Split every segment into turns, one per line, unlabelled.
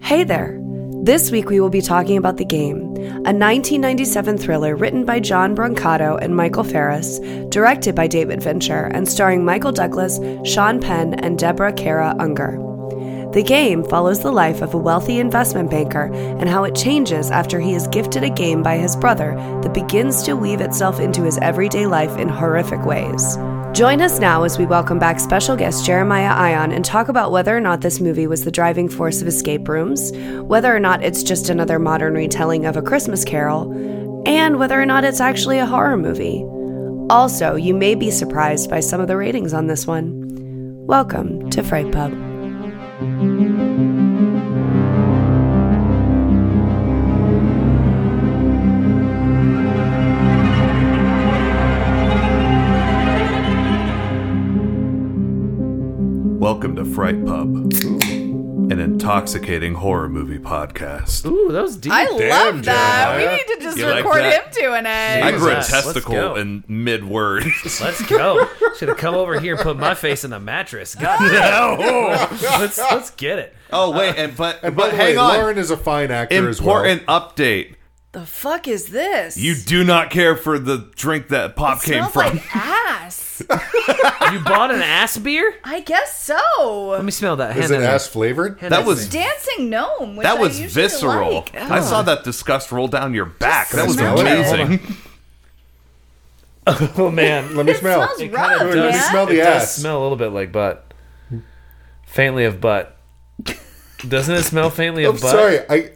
Hey there! This week we will be talking about The Game, a 1997 thriller written by John Brancato and Michael Ferris, directed by David Fincher, and starring Michael Douglas, Sean Penn, and Deborah Kara Unger. The game follows the life of a wealthy investment banker and how it changes after he is gifted a game by his brother that begins to weave itself into his everyday life in horrific ways. Join us now as we welcome back special guest Jeremiah Ion and talk about whether or not this movie was the driving force of escape rooms, whether or not it's just another modern retelling of A Christmas Carol, and whether or not it's actually a horror movie. Also, you may be surprised by some of the ratings on this one. Welcome to Fright Pub.
Welcome to Fright Pub, an intoxicating horror movie podcast.
Ooh, that was deep.
I love that.
Jeremiah.
We need to just
You like
record
that?
him doing it.
I
Jesus,
grew a
let's
testicle
go.
in mid word.
Let's go. Should have come over here and put my face in the mattress. God, damn. let's let's get it.
oh wait, and but
By the way, Lauren is a fine actor as well.
Important update.
The fuck is this?
You do not care for the drink that pop came
Smells
from.
like ass.
You bought an ass beer?
I guess
Let
so.
me smell that.
Is
Hand
it
that-
ass flavored?
hand
That was-
thing.
Dancing gnome. Which
that was
I usually
visceral.
Like.
I saw that disgust roll down your back. That was
smell it.
amazing.
Oh man,
Let me
It
smell.
smells rough,
Let me
man.
smell the
it does
ass.
smell a little bit like butt. Faintly of butt. Doesn't it smell faintly of
I'm
butt?
sorry. I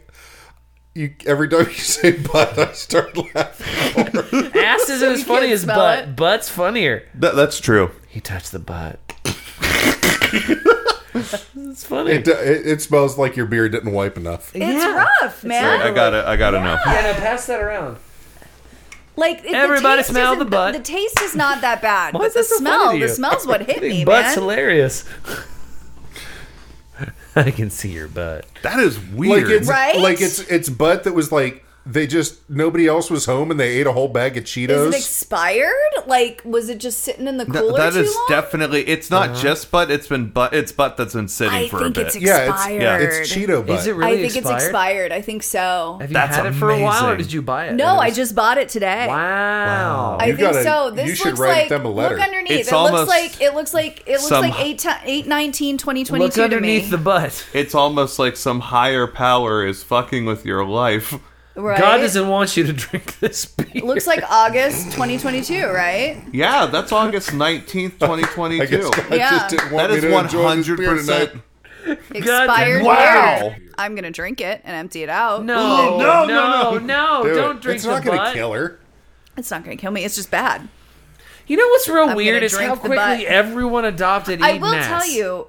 you every time you say butt, I start laughing.
Ass isn't as
you
funny
can't
as
smell
butt.
it.
Butt's funnier.
That- that's true.
He touched the butt. it's funny.
It, it, it smells like your beer didn't wipe enough.
It's
Yeah.
rough, man.
I got it. I got to know.
Yeah, now pass that around.
Like it,
Everybody
the taste
smell
isn't-
the butt.
The, taste is not that bad,
Why
but
is
the
that so funny
smell,
to
the
you?
smell's what hit me,
butt's
man.
hilarious. I can see your butt.
That is
Like
weird.
it's
Right?
like it's it's butt that was like they just nobody else was home and they ate a whole bag of Cheetos.
Is it expired? Like, was it just sitting in the
Th-
cooler
that
too
is
long?
definitely. It's not just butt. It's been butt. It's butt that's been sitting
I
for
think
a bit.
it's
yeah,
expired.
it's yeah, it's Cheeto butt.
Is it
I
really
think
expired?
it's expired. I think so.
Have you
That's
had it for a while, or
amazing.
did you buy it?
No,
It
I
was-
just bought it today.
Wow.
I
You
think
gotta-
so.
you
This
should
looks
write
like
them a letter.
look underneath.
It's
it
almost
looks like it looks like it looks
some-
like 8 ti 8 19 20
Look
22 to me.
underneath the butt.
It's almost like some higher power is fucking with your life.
right?
God doesn't want you to drink this
It
beer.
looks like August 2022, right?
Yeah, that's August 19th,
I guess
2022.
God
Yeah.
just didn't want
That
me
is
to enjoy this beer tonight.
100%.
Expired
Wow.
beer. I'm going to drink it and empty it out.
No,
No,
no,
no,
no, no!
Dude,
don't drink
It's
the
not gonna
butt.
kill her.
It's not going to kill me. It's just bad.
You know what's real
gonna
weird is
drink
how
the
quickly
butt.
everyone adopted.
I
eating
will
ass.
tell you.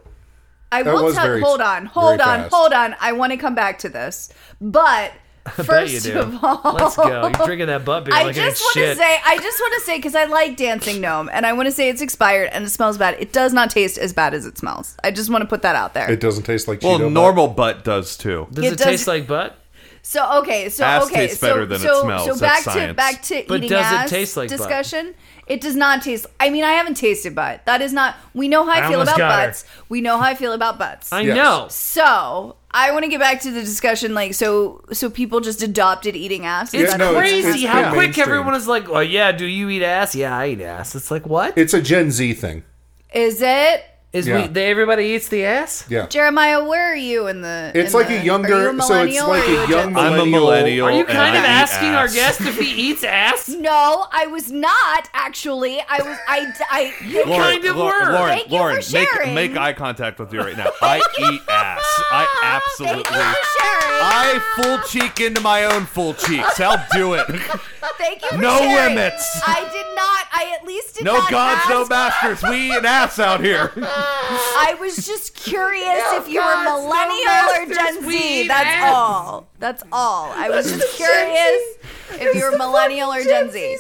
I
That
will
was
tell
very-
Hold on. Hold
very
on.
fast.
Hold on. I want to come back to this. But
Bet you
first
do.
of all,
Let's go. You're drinking that butt beer
I
like
just
it's
want to
shit.
say, I just want to say, because I like Dancing Gnome, and I want to say it's expired and it smells bad. It does not taste as bad as it smells. I just want to put that out there.
It doesn't taste like
Well,
Cheeto butt.
normal butt does too.
does
It
it, taste
does-
like butt?
so okay, so
Ass
okay,
tastes
so
better than it
so,
smells.
So
That's
back to
science.
back to
But
eating
does it
ass
taste like butt?
discussion. It does not taste. I mean, I haven't tasted butt. That is not. We know how I,
I
feel
almost
about
got her.
butts. We know how I feel about butts.
I
Yes.
know.
so I want to get back to the discussion. Like, so so people just adopted eating ass. Is
It's
Yeah,
that
no,
it?
it's-
crazy
it's
how
been
quick
mainstream.
everyone is like, "Oh yeah, do you eat ass? Yeah, I eat ass." It's like what?
It's a Gen Z thing.
Is it?
Is
Yeah.
we, they, everybody eats the ass?
Yeah.
Jeremiah, where are you in the?
It's
in
like
the-
a younger-
Are you a
so it's
millennial
like
or
a
are you
young
Gen Z?
I'm a millennial.
Millennial.
Are you
and
kind
I
of
eat
asking our
ass.
guest if he eats ass?
No, I was not actually. I was. I. I you
Lauren,
kind of
Lauren,
were.
Lauren,
Thank you
Lauren,
for
make,
sharing.
make eye contact with you right now. I eat ass. I
Thank you
absolutely.
for sharing.
I full cheek into my own full cheeks. I'll do it.
Thank you for
No
sharing.
limits.
I did not. I at least did
No
not
gods,
ask.
no masters. We eat ass out here.
I was just curious if you were
gods, no
millennial or
masters,
Gen
we
Z.
eat
That's
ass.
all. That's all. I was just curious. if you're a millennial or Gen Z.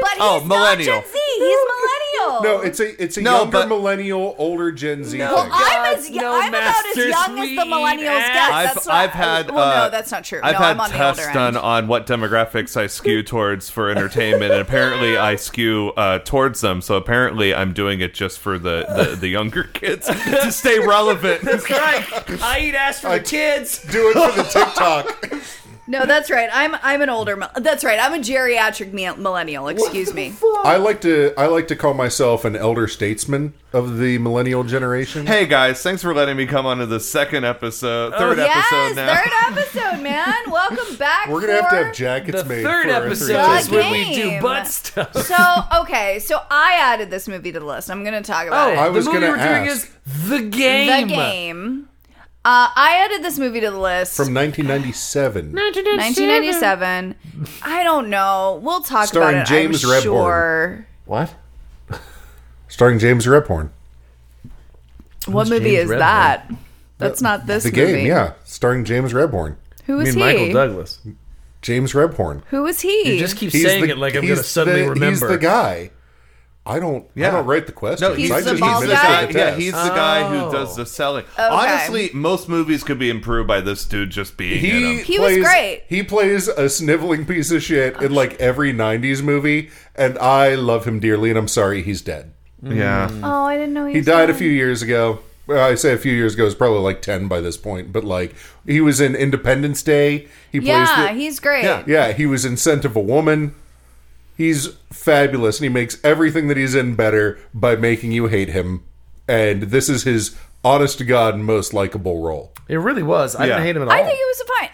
But he's
Oh, millennial.
not Gen Z. He's millennial.
No, it's a it's a
No,
younger
but-
millennial, older Gen Z
No.
thing.
Well,
I'm as
no
I'm about as
master
young as the
suite
millennials
ass.
get.
I've
that's what
I've
I-
had
Well,
uh,
no, that's not true.
I've
no,
had
I'm on
tests
the older
done
end.
on what demographics I skew towards for entertainment, and apparently I skew uh, towards them. So apparently I'm doing it just for the the, the younger kids to stay relevant.
right. I eat ass for the kids.
Do it for the TikTok.
No, that's right. I'm I'm an older. mil- That's right. I'm a geriatric mil- millennial. Excuse me.
I like to I like to call myself an elder statesman of the millennial generation.
hey guys, thanks for letting me come on to the second episode, third
Oh, yes,
episode now.
third episode, man. Welcome back.
we're gonna have to
for-
have jackets
The
made.
third
for our
episode is
three-
when we do
game.
butt stuff.
So okay, so I added this movie to the list. I'm gonna talk about
Oh,
it.
I was
the movie
gonna
we're
ask.
doing is the game.
The game. Uh, I added this movie to the list
from 1997.
1997. I don't know. We'll talk
Starring
about it.
James
I'm
Redhorn.
Sure.
What? Starring James Rephorn.
What movie
James
is
Redhorn?
that? That's not this
The
movie.
game, yeah. Starring James Rephorn.
Who is
mean Michael
he?
Douglas.
James Rephorn.
Who is he?
You just keep saying it like I'm going to suddenly
the,
remember.
He's the guy. I don't. I
Yeah.
don't write the questions.
No, Oh, he's
I
the
just
bald
admit
guy? Oh.
it to the
Yeah,
test.
he's the guy who does the selling. Honestly, most movies could be improved by this dude just being in 'em.
He was great.
He plays a sniveling piece of shit in like every '90s movie, and I love him dearly. And I'm sorry he's dead.
Yeah.
oh, I didn't know he,
He
was
died a
in-
few years ago. Well, I say a few years ago. It's probably like ten by this point. But like, he was in Independence Day. He
Yeah,
plays. The,
he's great.
Yeah.
yeah, he was in Scent of a Woman. He's fabulous, and he makes everything that he's in better by making you hate him. And this is his honest to god most likable role.
It really was. I
Yeah.
didn't hate him at all.
I think it was a fine.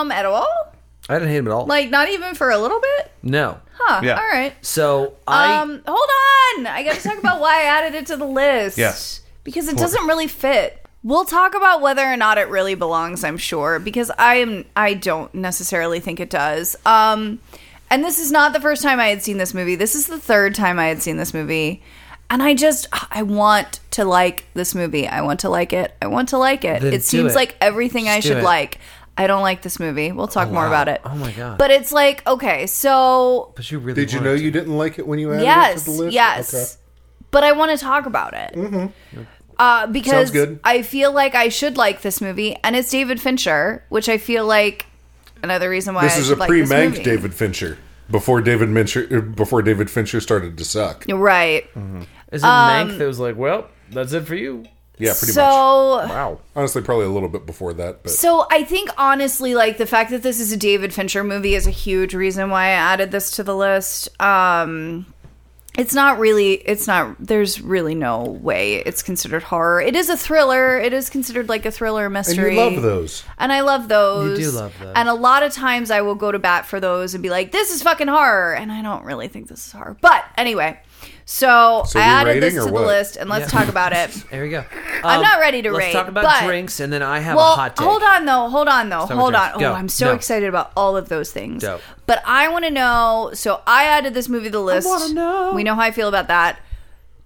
Um, at all?
I didn't hate him at all.
Like not even for a little bit?
no.
Huh.
Yeah.
All right.
So I
um, hold on. I got to talk about why I added it to the list.
Yes.
Because it doesn't really fit. We'll talk about whether or not it really belongs, I'm sure, because I am I don't necessarily think it does. Um and this is not the first time I had seen this movie. This is the third time I had seen this movie. And I just I want to like this movie. I want to like it. I want to like it.
Then do
it seems
it.
like everything I
Just do
should
it.
like. I don't like this movie. We'll talk more about it.
Oh my God.
But it's like, okay, so
but you really
Did you know
wanted
you
to.
didn't like it when you added it
yes
to the list?
yes
Okay. Mm-hmm.
but i want to talk about it uh, because
Sounds good.
i feel like i should like this movie and it's david fincher which i feel like another reason why
This
I
is a
should like
pre-manked
movie.
David Fincher before David Fincher before David Fincher started to suck.
right
Mm,
Is it
Um,
Mank that was like, well, that's it for you?
Yeah, pretty much.
so
Wow.
Honestly, probably a little bit before that, but
so i think honestly like the fact that this is a david fincher movie is a huge reason why i added this to the list um it's not really it's not there's really no way it's considered horror it is a thriller it is considered like a thriller
and
mystery
you love those.
And I love those.
You do love those.
And a lot of times I will go to bat for those and be like, this is fucking horror. And I don't really think this is horror. But anyway, so,
So
I
you're
added this
rating
to
or
the
what?
list and let's
Yeah.
talk about it.
There we go. Um,
I'm not ready to
let's
rate,
talk about
but-
drinks, and then I have a
well,
hot take.
hold on though. Hold on though.
Start with
hold
yours.
on. Oh,
Go.
I'm so
No.
excited about all of those things.
Dope.
But I want to know. So I added this movie to the list.
wanna know.
We know how I feel about that.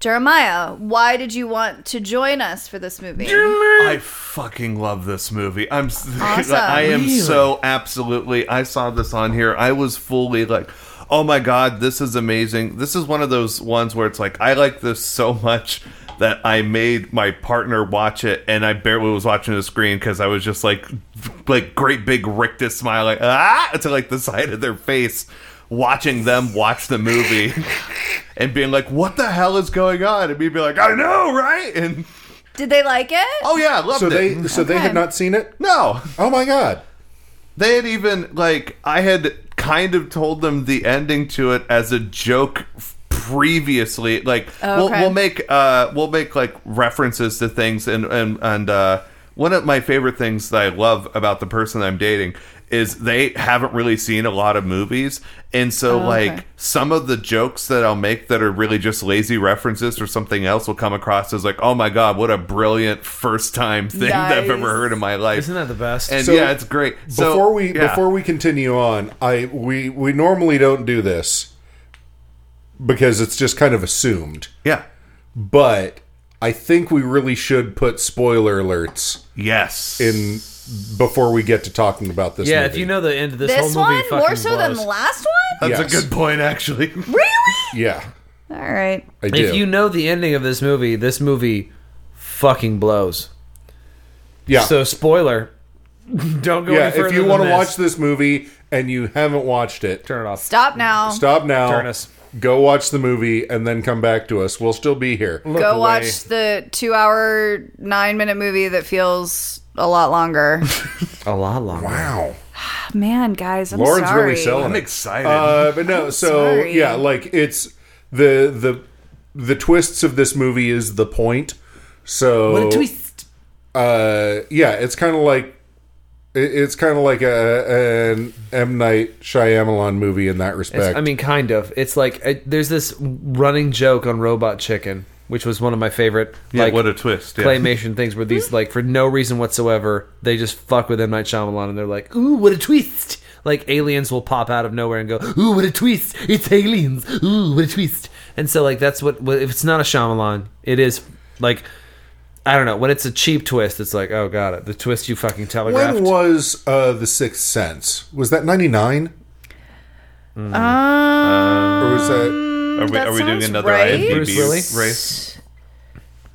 Jeremiah, why did you want to join us for this movie?
I fucking love this movie. I'm s I am so absolutely I saw this on here. I was fully like, "Oh my god, this is amazing." This is one of those ones where it's like, "I like this so much that I made my partner watch it and I barely was watching the screen cuz I was just like like great big rictus smile like ah to like the side of their face watching them watch the movie and being like, "What the hell is going on?" and me being like, "I know, right?" and
Did they like it?
Oh yeah, loved
So
it.
they so they
Okay.
had not seen it?
No,
Oh my god.
they had even like I had kind of told them the ending to it as a joke f- previously. Like we'll,
Oh, Okay.
we'll make uh, we'll make like references to things and and and uh, one of my favorite things that I love about the person I'm dating is they haven't really seen a lot of movies and
Oh,
so like some of the jokes that I'll make that are really just lazy references or something else will come across as like oh my god what a brilliant first time thing that I've
Nice.
ever heard in my life
Isn't that the best?
and
So,
yeah, it's great. So,
before we
yeah.
before we continue on, I we we normally don't do this because it's just kind of assumed.
yeah,
But I think we really should put spoiler alerts
yes,
in before we get to talking about this.
Yeah,
movie.
if you know the end of this,
This
whole movie,
one more
fucking
so than
blows.
the last one.
That's
Yes.
a good point, actually.
Really?
yeah,
All right.
I do.
If you know the ending of this movie, this movie fucking blows.
yeah,
So spoiler, don't go
yeah.
any further.
If you
want to
watch this movie and you haven't watched it,
turn it off.
Stop now.
stop now.
Turn us.
Go watch the movie and then come back to us. We'll still be here.
Go
away.
watch the two-hour, nine-minute movie that feels a lot longer.
A lot longer.
Wow.
Ah, Man, guys, I'm
Lauren's
sorry.
really selling
I'm
it.
excited.
Uh, but no, so
sorry.
yeah, like it's the the the twists of this movie is the point. So Uh, yeah, it's kind of like it- it's kind of like a an M Night Shyamalan movie in that respect.
It's- I mean, kind of. It's like uh there's this running joke on Robot Chicken, which was one of my favorite.
Yeah,
like,
what a twist, yeah.
Claymation things where these like for no reason whatsoever they just fuck with M Night Shyamalan and they're like, ooh, what a twist! Like aliens will pop out of nowhere and go, ooh, what a twist! It's aliens! Ooh, what a twist! And so like that's what what- if it's not a Shyamalan, it is like. I don't know. When it's a cheap twist, it's like, oh, got it. The twist you fucking telegraphed.
when was uh, the Sixth Sense? Was that ninety nine?
Um,
Or was that
are we,
that
are we doing
sounds
another
right.
IMDb
Bruce Willis?
race?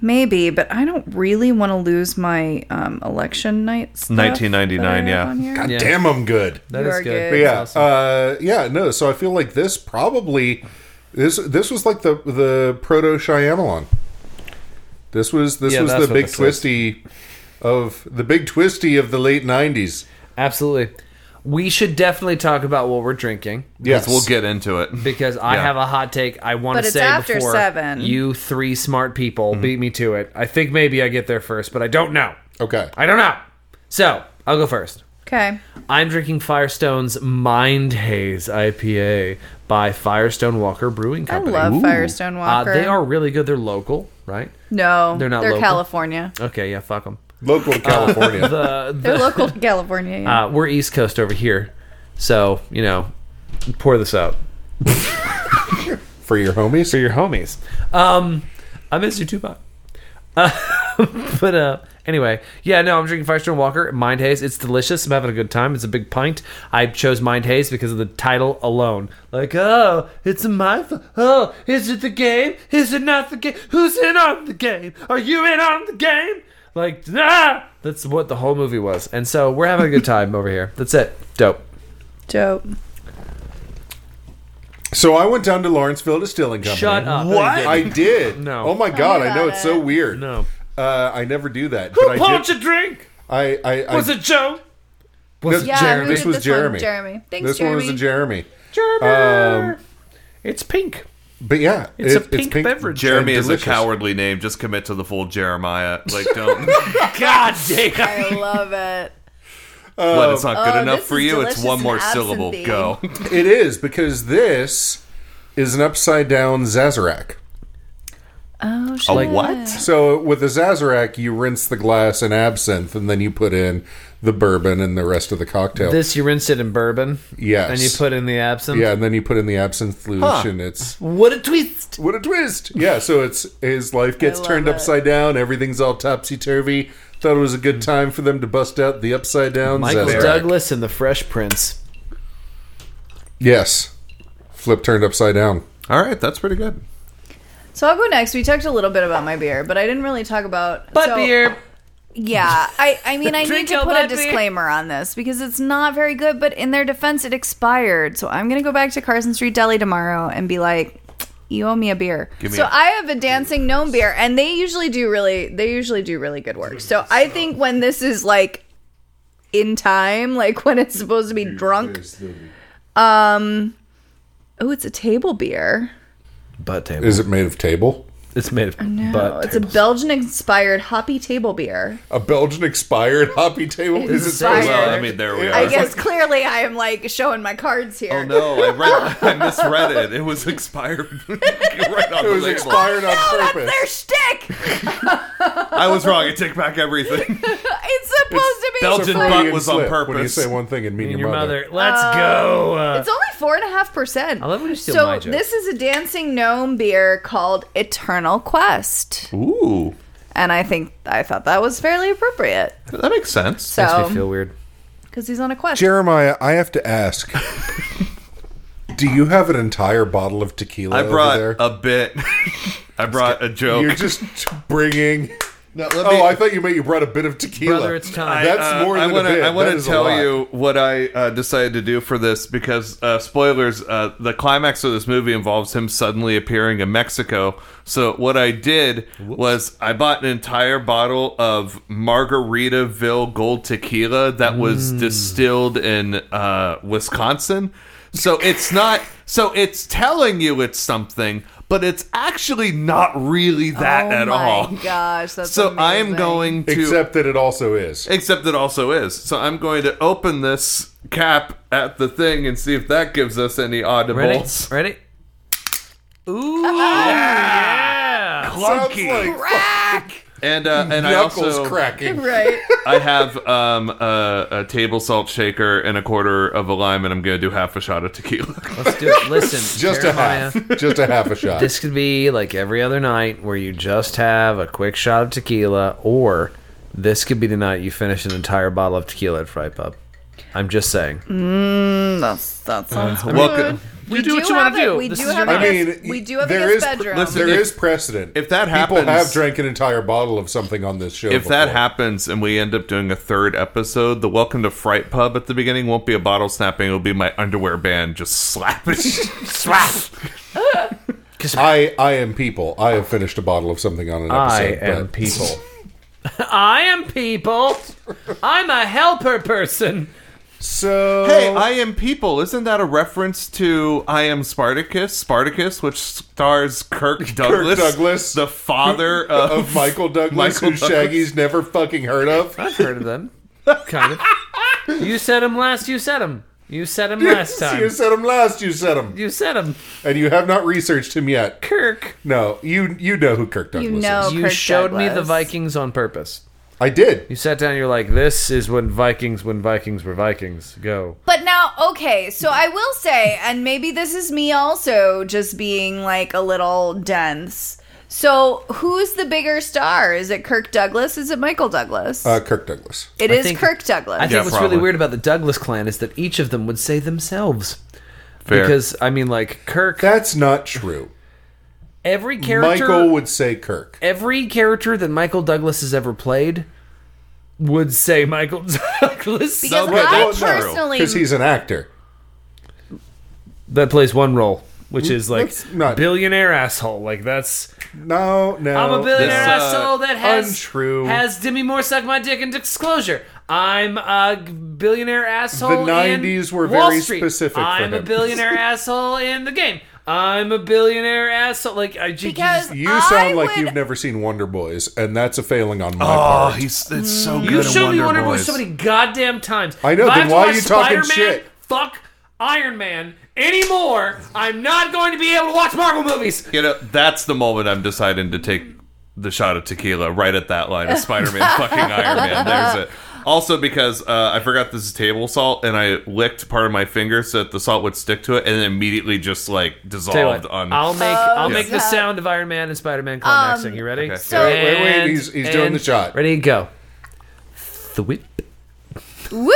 maybe, but I don't really want to lose my um, election night. stuff
1999,
that I have
yeah.
on here.
God damn, I'm good.
That
You
is
are
good.
good.
yeah,
That's awesome.
uh, yeah, no. So I feel like this probably this this was like the the proto Shyamalan. This was this
Yeah,
was
that's
the
what
big
this is.
twisty of the big twisty of the late nineties.
Absolutely. We should definitely talk about what we're drinking.
Yes,
We'll get into it.
because I
Yeah.
have a hot take. I want
But
to
it's
say
after
before
seven.
you three smart people beat me to it. I think maybe I get there first, but I don't know.
okay.
I don't know. So I'll go first.
Okay.
I'm drinking Firestone's Mind Haze IPA by Firestone Walker Brewing
I
Company.
love Firestone
Uh,
Walker.
they are really good. They're local, right?
no,
they're not
They're
local.
California.
Okay, yeah, fuck them.
Local to California.
They're local to California. Yeah.
Uh, we're East Coast over here, so you know, pour this out
for your
for
homies.
your homies. Um, I miss you too, bud. Uh, but uh, anyway, yeah, no, I'm drinking Firestone Walker Mind Haze. It's delicious. I'm having a good time. It's a big pint. I chose Mind Haze because of the title alone. Like, oh, it's a mind. Oh, is it the game? Is it not the game? Who's in on the game? Are you in on the game? Like, ah, that's what the whole movie was. And so we're having a good time over here. That's it. Dope.
Dope.
So I went down to Lawrenceville Distilling Company.
Shut up.
What?
I did.
No.
Oh my god! I know it's so weird.
No.
Uh, I never do that.
Who
but I
poured your
did,
drink?
I, I, I
Was it Joe? Was
No,
Yeah,
Jeremy.
who
This
did
was
Um, this
Jeremy.
One? Jeremy. Thanks,
this
Jeremy.
one was a Jeremy.
Gerber. it's pink.
But yeah,
It's
it-
a pink, beverage.
Jeremy is a
delicious.
cowardly name. Just commit to the full Jeremiah. Like, don't.
God damn.
I love it.
but it's not good
Oh,
enough
this
for
is
you. It's
delicious
one
and
more syllable.
absinthe.
Go.
It is because this is an upside down Zazarak.
Oh,
A
shit.
what?
So with the Zazarak, you rinse the glass in absinthe, and then you put in the bourbon and the rest of the cocktail.
This you rinsed it in bourbon.
Yes.
And you put in the absinthe.
yeah, and then you put in the absinthe solution. It's
What a twist.
what a twist! Yeah, so it's his life gets
love
turned
it.
upside down. Everything's all topsy turvy. Thought it was a good time for them to bust out the upside down
Michael
Zazarak.
Douglas and the Fresh Prince.
Yes, flip turned upside down.
All right, that's pretty good.
So I'll go next. We talked a little bit about my beer, but I didn't really talk about
But
so-
beer.
Yeah, I, I mean, I need
Drink
to
your
put a
butt beer.
disclaimer on this because it's not very good. But in their defense, it expired, so I'm gonna go back to Carson Street Deli tomorrow and be like, "You owe me a beer."
me
so
a-
I have a dancing gnome beer, and they usually do really, they usually do really good work. So I think when this is like in time, like when it's supposed to be drunk, um, oh, it's a table beer.
Butt table.
Is it made of table?
It's made of
No,
butt.
it's a Belgian inspired hoppy table beer.
A Belgian expired hoppy table? Is it so
Expired.
Well, I mean, there we
I
are.
guess clearly I am like showing my cards here.
Oh no, I read. I misread it. It was expired. right on
It
the
was
label.
expired on
No, Oh, that's
purpose.
their shtick.
I was wrong. I take back everything.
It's supposed to be.
Belgian
like-
butt
You
was on
slip When you
purpose.
say one thing and mean
And
your, mother.
Let's go. Uh,
It's only four and a half percent. I
love when you steal
So
my joke.
this is a dancing gnome beer called Eternal Quest,
Ooh,
and I think I thought that was fairly appropriate.
That makes sense.
Makes me feel
So
weird.
because he's on a quest.
Jeremiah, I have to ask. Do you have an entire bottle of tequila?
I
over
brought
there?
a bit. I brought a joke.
You're just bringing.
No, let me-
Oh, I thought you meant you brought a bit of tequila.
Brother, it's time. I,
That's more
Uh,
than
I wanna,
a bit.
I want
That
to
is a
tell
lot.
you what I uh, decided to do for this because uh, spoilers. Uh, the climax of this movie involves him suddenly appearing in Mexico. So what I did was I bought an entire bottle of Margaritaville Gold Tequila that
Hmm.
was distilled in uh, Wisconsin. So it's not. So it's telling you it's something, but it's actually not really that
oh
at
my
all.
gosh, that's
So I am
amazing.
going to
Except that it also is.
Except it also is. So I'm going to open this cap at the thing and see if that gives us any
Ready?
audibles.
Ready?
Sounds like
crack.
And uh, and I
knuckles
also
cracking.
Right.
I have um, a, a table salt shaker and a quarter of a lime, and I'm going to do half a shot of tequila.
Let's do it. Listen,
Just
Jeremiah,
a half. Just a half a shot.
This could be like every other night where you just have a quick shot of tequila, or this could be the night you finish an entire bottle of tequila at Fry Pub. I'm just saying.
That's, that sounds good.
Welcome.
We
do what you
have
wanna
a-
do.
We
This
do
is
have.
your
a
I mean,
guest- we do have a
there
guest
is-
bedroom.
listen,
There
If-
is precedent.
if that
people have
happens-
drank an entire bottle of something on this show.
If that
before.
happens and we end up doing a third episode, the Welcome to Fright Pub at the beginning won't be a bottle snapping. It'll be my underwear band just slapping. Slap!
I I am people. I have finished a bottle of something on an
I
episode.
am
but-
people. I am people. I'm a helper person.
So
Hey, I Am People. Isn't that a reference to I Am Spartacus? Spartacus, which stars Kirk Douglas,
Douglas.
the father of,
of Michael Douglas,
Michael
who
Douglas.
Shaggy's never fucking heard of.
I've heard of them. Kind of. You said him last. You said him. You said him last
you
time.
said him last. You said him,
You said him.
and you have not researched him yet.
Kirk.
No, you you know who Kirk Douglas
you know,
is.
You
Kirk
showed me the
Douglas.
Vikings on purpose.
I did.
You sat down. You're like, this is when Vikings, when Vikings were Vikings. Go.
But now, okay, so I will say, and maybe this is me also just being like a little dense. So, who's the bigger star? Is it Kirk Douglas? Is it Michael Douglas?
Uh, Kirk Douglas.
it
I
is
think-
Kirk Douglas.
I think what's
probably.
really weird about the Douglas clan is that each of them would say themselves.
Fair.
Because I mean, like Kirk,
That's not true.
every character,
Michael would say Kirk.
every character that Michael Douglas has ever played would say Michael Douglas
because
Okay,
I
that's true.
personally,
because he's an actor.
that plays one role, which is like
That's not-
billionaire asshole. Like that's
No, no.
I'm a billionaire
this, uh,
asshole that has
untrue.
has Demi Moore suck my dick in disclosure. I'm a billionaire asshole.
The
in
90s were
Wall
very
Street.
specific for
I'm a
him.
billionaire asshole in the game. I'm a billionaire asshole. Like I just
because
You
I
sound like
would-
you've never seen Wonder Boys, and that's a failing on my
Oh,
part.
he's it's so good.
you
in
showed me
Wonder
Wonder Boys so many goddamn times.
I know,
If
then
have to
why are
watch
you talking
Spider-Man,
shit?
Fuck Iron Man anymore. I'm not going to be able to watch Marvel movies.
You know, that's the moment I'm deciding to take the shot of tequila right at that line of Spider-Man fucking Iron Man. There's it. Also, because uh, I forgot this is table salt, and I licked part of my finger so that the salt would stick to it, and then immediately just like
Tell you
dissolved
what,
on.
I'll make I'll
yeah.
make the sound of Iron Man and Spider Man climaxing. you ready?
okay.
So- Wait,
wait, wait,
And-
he's- he's doing
and-
the shot.
Ready, go. The whip.
Woo!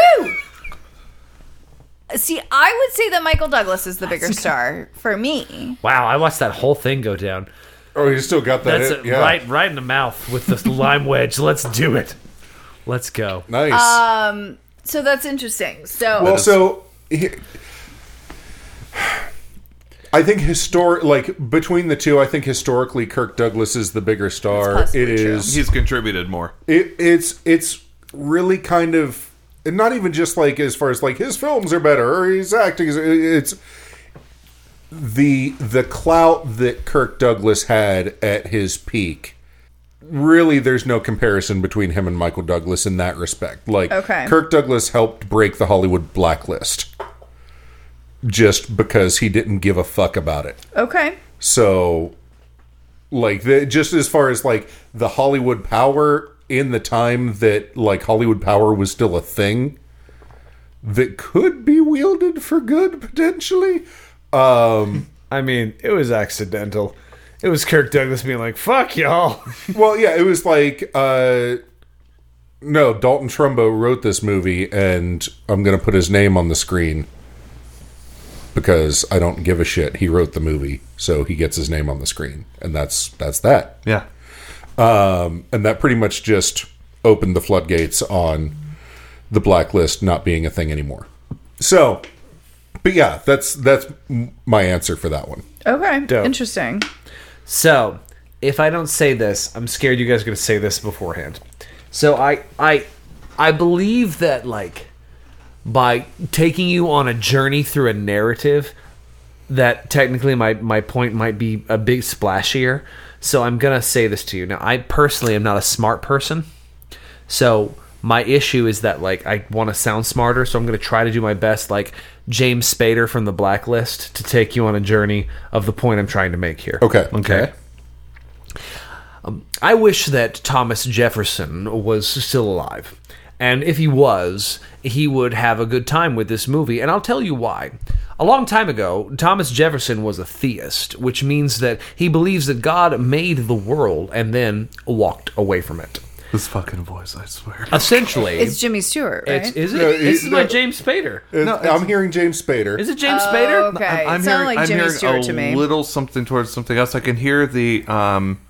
See, I would say that Michael Douglas is the bigger star for me.
Wow, I watched that whole thing go down.
Oh, you still got that.
That's
in-
it,
yeah.
right, right in the mouth with the lime wedge. Let's do it. Let's go.
Nice.
Uh, So that's interesting. So
well, so he- I think historic, like between the two, I think historically Kirk Douglas is the bigger star.
That's possibly
It
true.
is.
He's contributed more.
It, it's it's really kind of and not even just like as far as like his films are better or his acting. is- It's the the clout that Kirk Douglas had at his peak. Really, there's no comparison between him and Michael Douglas in that respect. Like,
Okay.
Kirk Douglas helped break the Hollywood blacklist just because he didn't give a fuck about it.
okay,
So, like, the, just as far as like the Hollywood power in the time that like Hollywood power was still a thing that could be wielded for good potentially.
I mean, it was accidental. It was Kirk Douglas being like, "Fuck y'all."
Well, yeah, it was like uh no, Dalton Trumbo wrote this movie and I'm going to put his name on the screen because I don't give a shit. He wrote the movie, so he gets his name on the screen and that's that's that.
Yeah.
Um and that pretty much just opened the floodgates on the blacklist not being a thing anymore. So, but yeah, that's that's my answer for that one.
Okay.
Dope.
Interesting.
So, if I don't say this, I'm scared you guys are going to say this beforehand. So I I I believe that like by taking you on a journey through a narrative that technically my my point might be a bit splashier. So I'm going to say this to you. Now, I personally am not a smart person. So my issue is that like I want to sound smarter, so I'm going to try to do my best like James Spader from the Blacklist to take you on a journey of the point I'm trying to make here.
Okay.
Okay. Um, I wish that Thomas Jefferson was still alive. And if he was, he would have a good time with this movie. And I'll tell you why. A long time ago, Thomas Jefferson was a theist, which means that he believes that God made the world and then walked away from it.
This fucking voice, I swear.
Essentially,
It's Jimmy Stewart, right?
It's, is it?
No,
this
it-
is my
no.
James Spader.
It's- I'm hearing James Spader.
Is it James Spader?
okay. it sounded like Jimmy Stewart
a
to me.
little something towards something else. I can hear the. Um,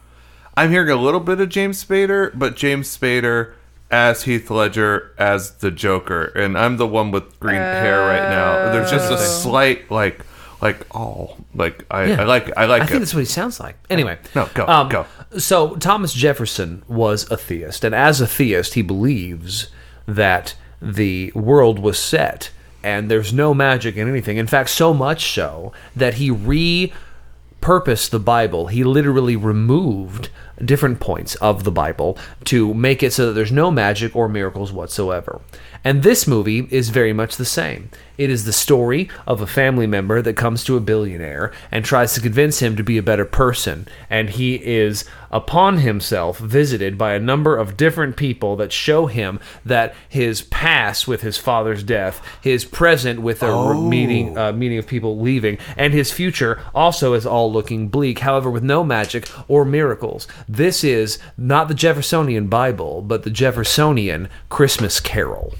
I'm hearing a little bit of James Spader, but James Spader as Heath Ledger as the Joker, and I'm the one with green hair right now. There's just
Oh.
a slight like, like oh, like I, I like I like
I think
it.
that's what he sounds like. Anyway, um,
No, go, go.
So Thomas Jefferson was a theist, and as a theist, he believes that the world was set and there's no magic in anything. In fact, so much so that he repurposed the Bible. He literally removed different points of the Bible to make it so that there's no magic or miracles whatsoever. And this movie is very much the same. It is the story of a family member that comes to a billionaire and tries to convince him to be a better person. And he is, upon himself, visited by a number of different people that show him that his past with his father's death, his present with a
Oh.
re- meeting, uh, meeting of people leaving, and his future also is all looking bleak, however, with no magic or miracles. This is not the Jeffersonian Bible, but the Jeffersonian Christmas Carol.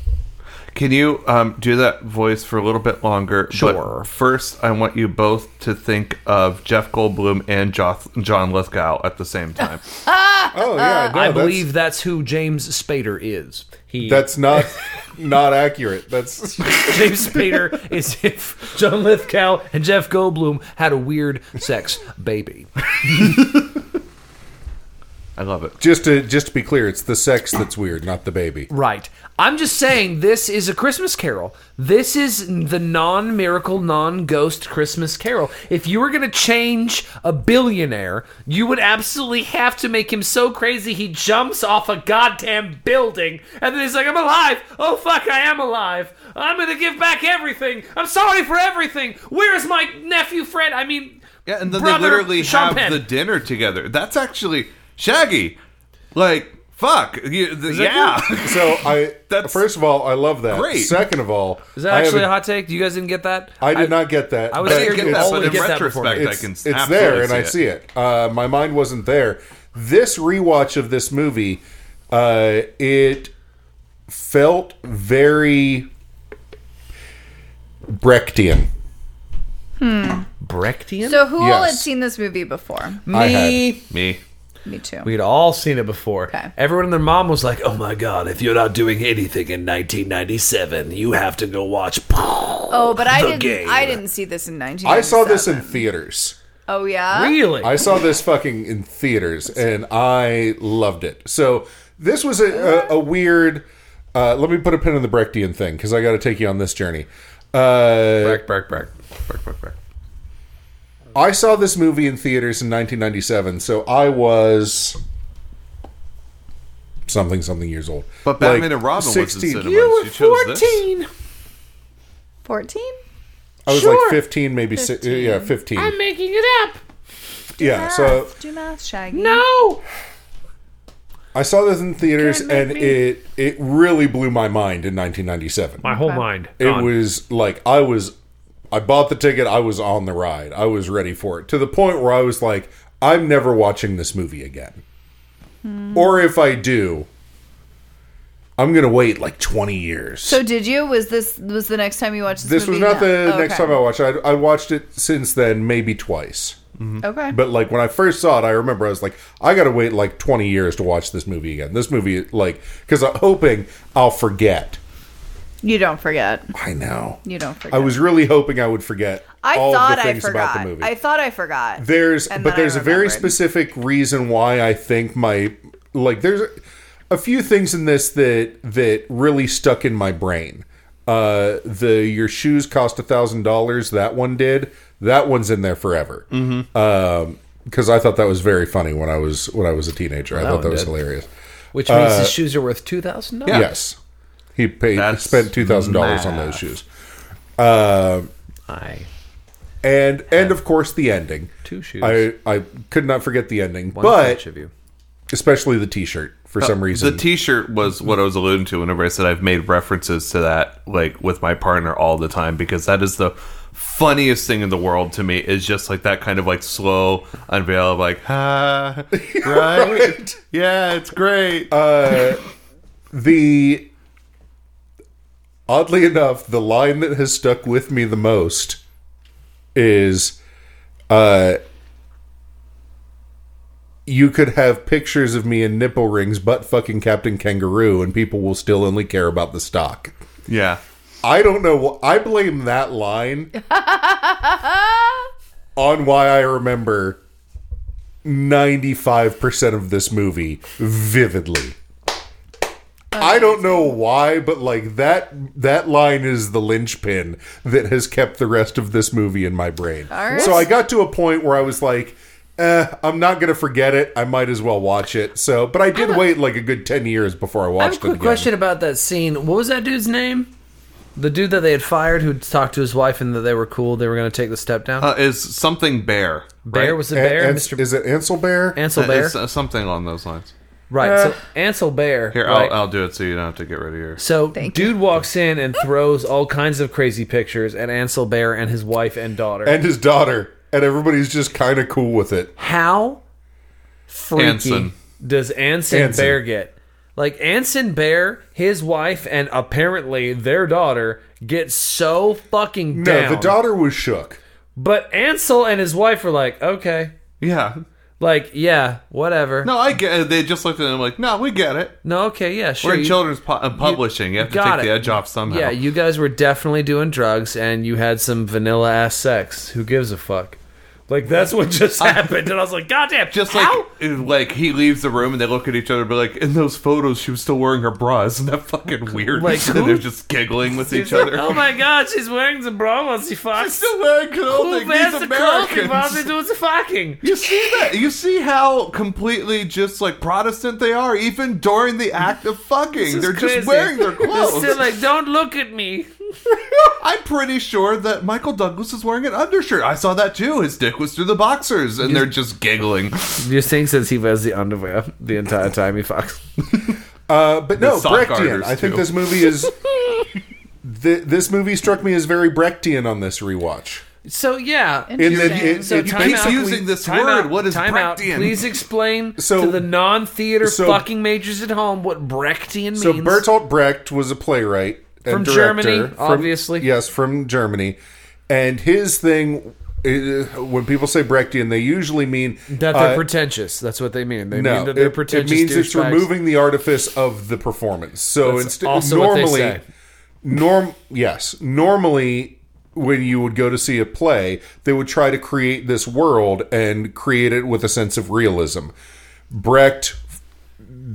Can you um, do that voice for a little bit longer?
Sure.
But first, I want you both to think of Jeff Goldblum and Joth- John Lithgow at the same time.
oh yeah, no,
uh, I
that's-
believe that's who James Spader is. He
that's not not accurate. That's
James Spader is if John Lithgow and Jeff Goldblum had a weird sex baby.
I love it.
just to just to be clear, it's the sex that's weird, not the baby.
Right. I'm just saying this is a Christmas carol. This is the non-miracle, non-ghost Christmas carol. If you were going to change a billionaire, you would absolutely have to make him so crazy he jumps off a goddamn building and then he's like, "I'm alive. Oh fuck, I am alive. I'm going to give back everything. I'm sorry for everything. Where is my nephew Fred? I mean,
Yeah, and then
brother
they literally
Sean
have
Penn.
the dinner together. That's actually Shaggy. Like, fuck. You, the, yeah.
So I
That's
first of all, I love that.
great.
Second of all,
Is that
I
actually a
haven't-
hot take? You guys didn't get that?
I did not get that.
I was
but
here
get
you
that,
always
but in
get that before
retrospect,
me.
I
it's,
can
it's
absolutely
there and
see
I
it.
see it. Uh, my mind wasn't there. This rewatch of this movie, uh, it felt very Brechtian.
Brechtian?
so who all had
Yes.
seen this movie before?
Me.
I had-
Me.
Me too.
We'd all seen it before.
Okay.
Everyone and their mom was like, "Oh my god, if you're not doing anything in 1997, you have to go watch."
oh, but I
The
didn't.
Game.
I didn't see this in 19.
I saw this in theaters.
Oh yeah.
Really?
I saw this fucking in theaters, and I loved it. So this was a, a, a weird. Uh, let me put a pin in the Brechtian thing because I got to take you on this journey. Uh,
Brack, brack, brack. Brack, brack, brack.
I saw this movie in theaters in 1997, so I was something something years old.
But Batman and Robin was in
16.
cinemas. You, chose this?
14.
I was like 15, maybe si- uh, yeah, 15.
I'm making it up. Ah.
yeah, so
do math, Shaggy.
No.
I saw this in theaters,
Goodness
and
me.
it it really blew my mind in 1997.
My whole mind.
it was like I was I bought the ticket, I was on the ride. I was ready for it. To the point where I was like, I'm never watching this movie again.
Hmm.
Or if I do, I'm gonna wait like 20 years.
So did you? Was this was the next time you watched this?
this was
movie?
not the
No. Okay.
next time I watched it. I, I watched it since then, maybe twice.
Okay.
But like when I first saw it, I remember I was like, I gotta wait like 20 years to watch this movie again. This movie, like, because I'm hoping I'll forget.
you don't forget.
I know.
You don't forget.
I was really hoping I would forget.
I
all
thought
the
I
things
forgot.
about the movie.
I thought I forgot.
there's
And
but
then I
there's a very
remembered.
specific reason why I think my like there's a few things in this that that really stuck in my brain. Uh, the your shoes cost a thousand dollars. That one did. That one's in there forever. Mm-hmm. because I thought that was very funny when I was when I was a teenager. I thought
one
that was
did.
hilarious.
Which means
Uh,
his shoes are worth two thousand dollars.
Yes, he paid
That's
spent two thousand dollars on
math.
those shoes,
I
and and of course the ending.
two shoes.
I I could not forget the ending,
One for
but
each of you. Uh,
especially the T-shirt for some reason.
The T-shirt was what I was alluding to whenever I said I've made references to that, like with my partner all the time, because that is the funniest thing in the world to me. Is just like that kind of like slow unveil of like, ah, right?
Right. Uh,
Yeah, it's great.
the oddly enough, the line that has stuck with me the most is, uh, you could have pictures of me in nipple rings, but fucking Captain Kangaroo, and people will still only care about the stock.
yeah.
I don't know. wh- I blame that line on why I remember 95% of this movie vividly. I don't know why, but like that that line is the linchpin that has kept the rest of this movie in my brain.
right.
So I got to a point where I was like, eh, I'm not gonna forget it. I might as well watch it. So, but I did wait like a good ten years before I
I have a
watched it
quick
again.
question about that scene. What was that dude's name? The dude that they had fired, who talked to his wife, and that they were cool. They were going to take the step down.
Uh, is something bear?
Bear was a bear,
An- An-
Mr.
Eh, Is it Ansel Bear?
Ansel Bear,
It's, uh, something along those lines.
right? so Ansel Bear.
Here,
right.
I'll, I'll do it so you don't have to get rid of yours.
So dude walks in and throws all kinds of crazy pictures at Ansel Bear and his wife and daughter.
and his daughter, and everybody's just kind of cool with it.
How freaky
Anson.
does Anson,
Anson.
Bear get? Like Anson Bear, his wife, and apparently their daughter get so fucking
No,
down.
the daughter was shook.
but Ansel and his wife were like, okay,
Yeah.
like yeah, whatever.
No, I get. It. They just looked at him like, no, we get it.
No, okay, yeah, sure.
We're in
you-
children's pu- uh, publishing. You, have to
got
take the
it.
edge off somehow.
Yeah, you guys were definitely doing drugs and you had some vanilla ass sex. Who gives a fuck? Like that's what just happened, and I was like, God damn,
Just like, eh,
how?
like he leaves the room and they look at each other and be like, in those photos, she was still wearing her bra. Isn't that fucking weird?
Like,
and they're
who-
just giggling with each other.
Oh my god, she's wearing the bra while she fucks.
still wearing
Who
clothing.
wears
These
the clothing while they
Americans.
do the fucking?
You see that? You see how completely just like Protestant they are, even during the act of fucking.
is
They're
crazy.
just wearing their
They're
clothes.
still like, don't look at me.
I'm pretty sure that Michael Douglas is wearing an undershirt. I saw that too. His dick was through the boxers, and they're just giggling.
You're saying since he wears the underwear the entire time he fucks.
Uh, but no,
sock
Brechtian.
garters,
I think
too.
this movie is. Th- this movie struck me as very Brechtian on this rewatch.
So yeah.
In that
Interesting.
it,
So
it's
time out.
basically-
Using this
Time
word,
out,
what is
time out.
Brechtian?
Please explain
So-
to the non-theater
so-
fucking majors at home what Brechtian means.
So Bertolt Brecht was a playwright and
From
director,
Germany, obviously.
Yes, from Germany, and his thing. uh, When people say Brechtian, they usually mean
That they're
uh,
pretentious. That's what they mean. They
No,
mean that they're
it-
pretentious.
It means it's
douchebags.
removing the artifice of the performance. So
That's
instead,
also what they
normally,
say.
norm, yes, normally when you would go to see a play, they would try to create this world and create it with a sense of realism. Brecht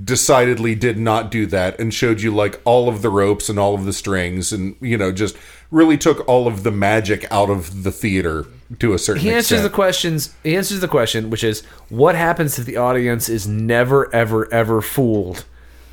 decidedly did not do that and showed you like all of the ropes and all of the strings and you know just really took all of the magic out of the theater to a certain
He answers
extent.
the questions. He answers the question, which is, what happens if the audience is never, ever, ever fooled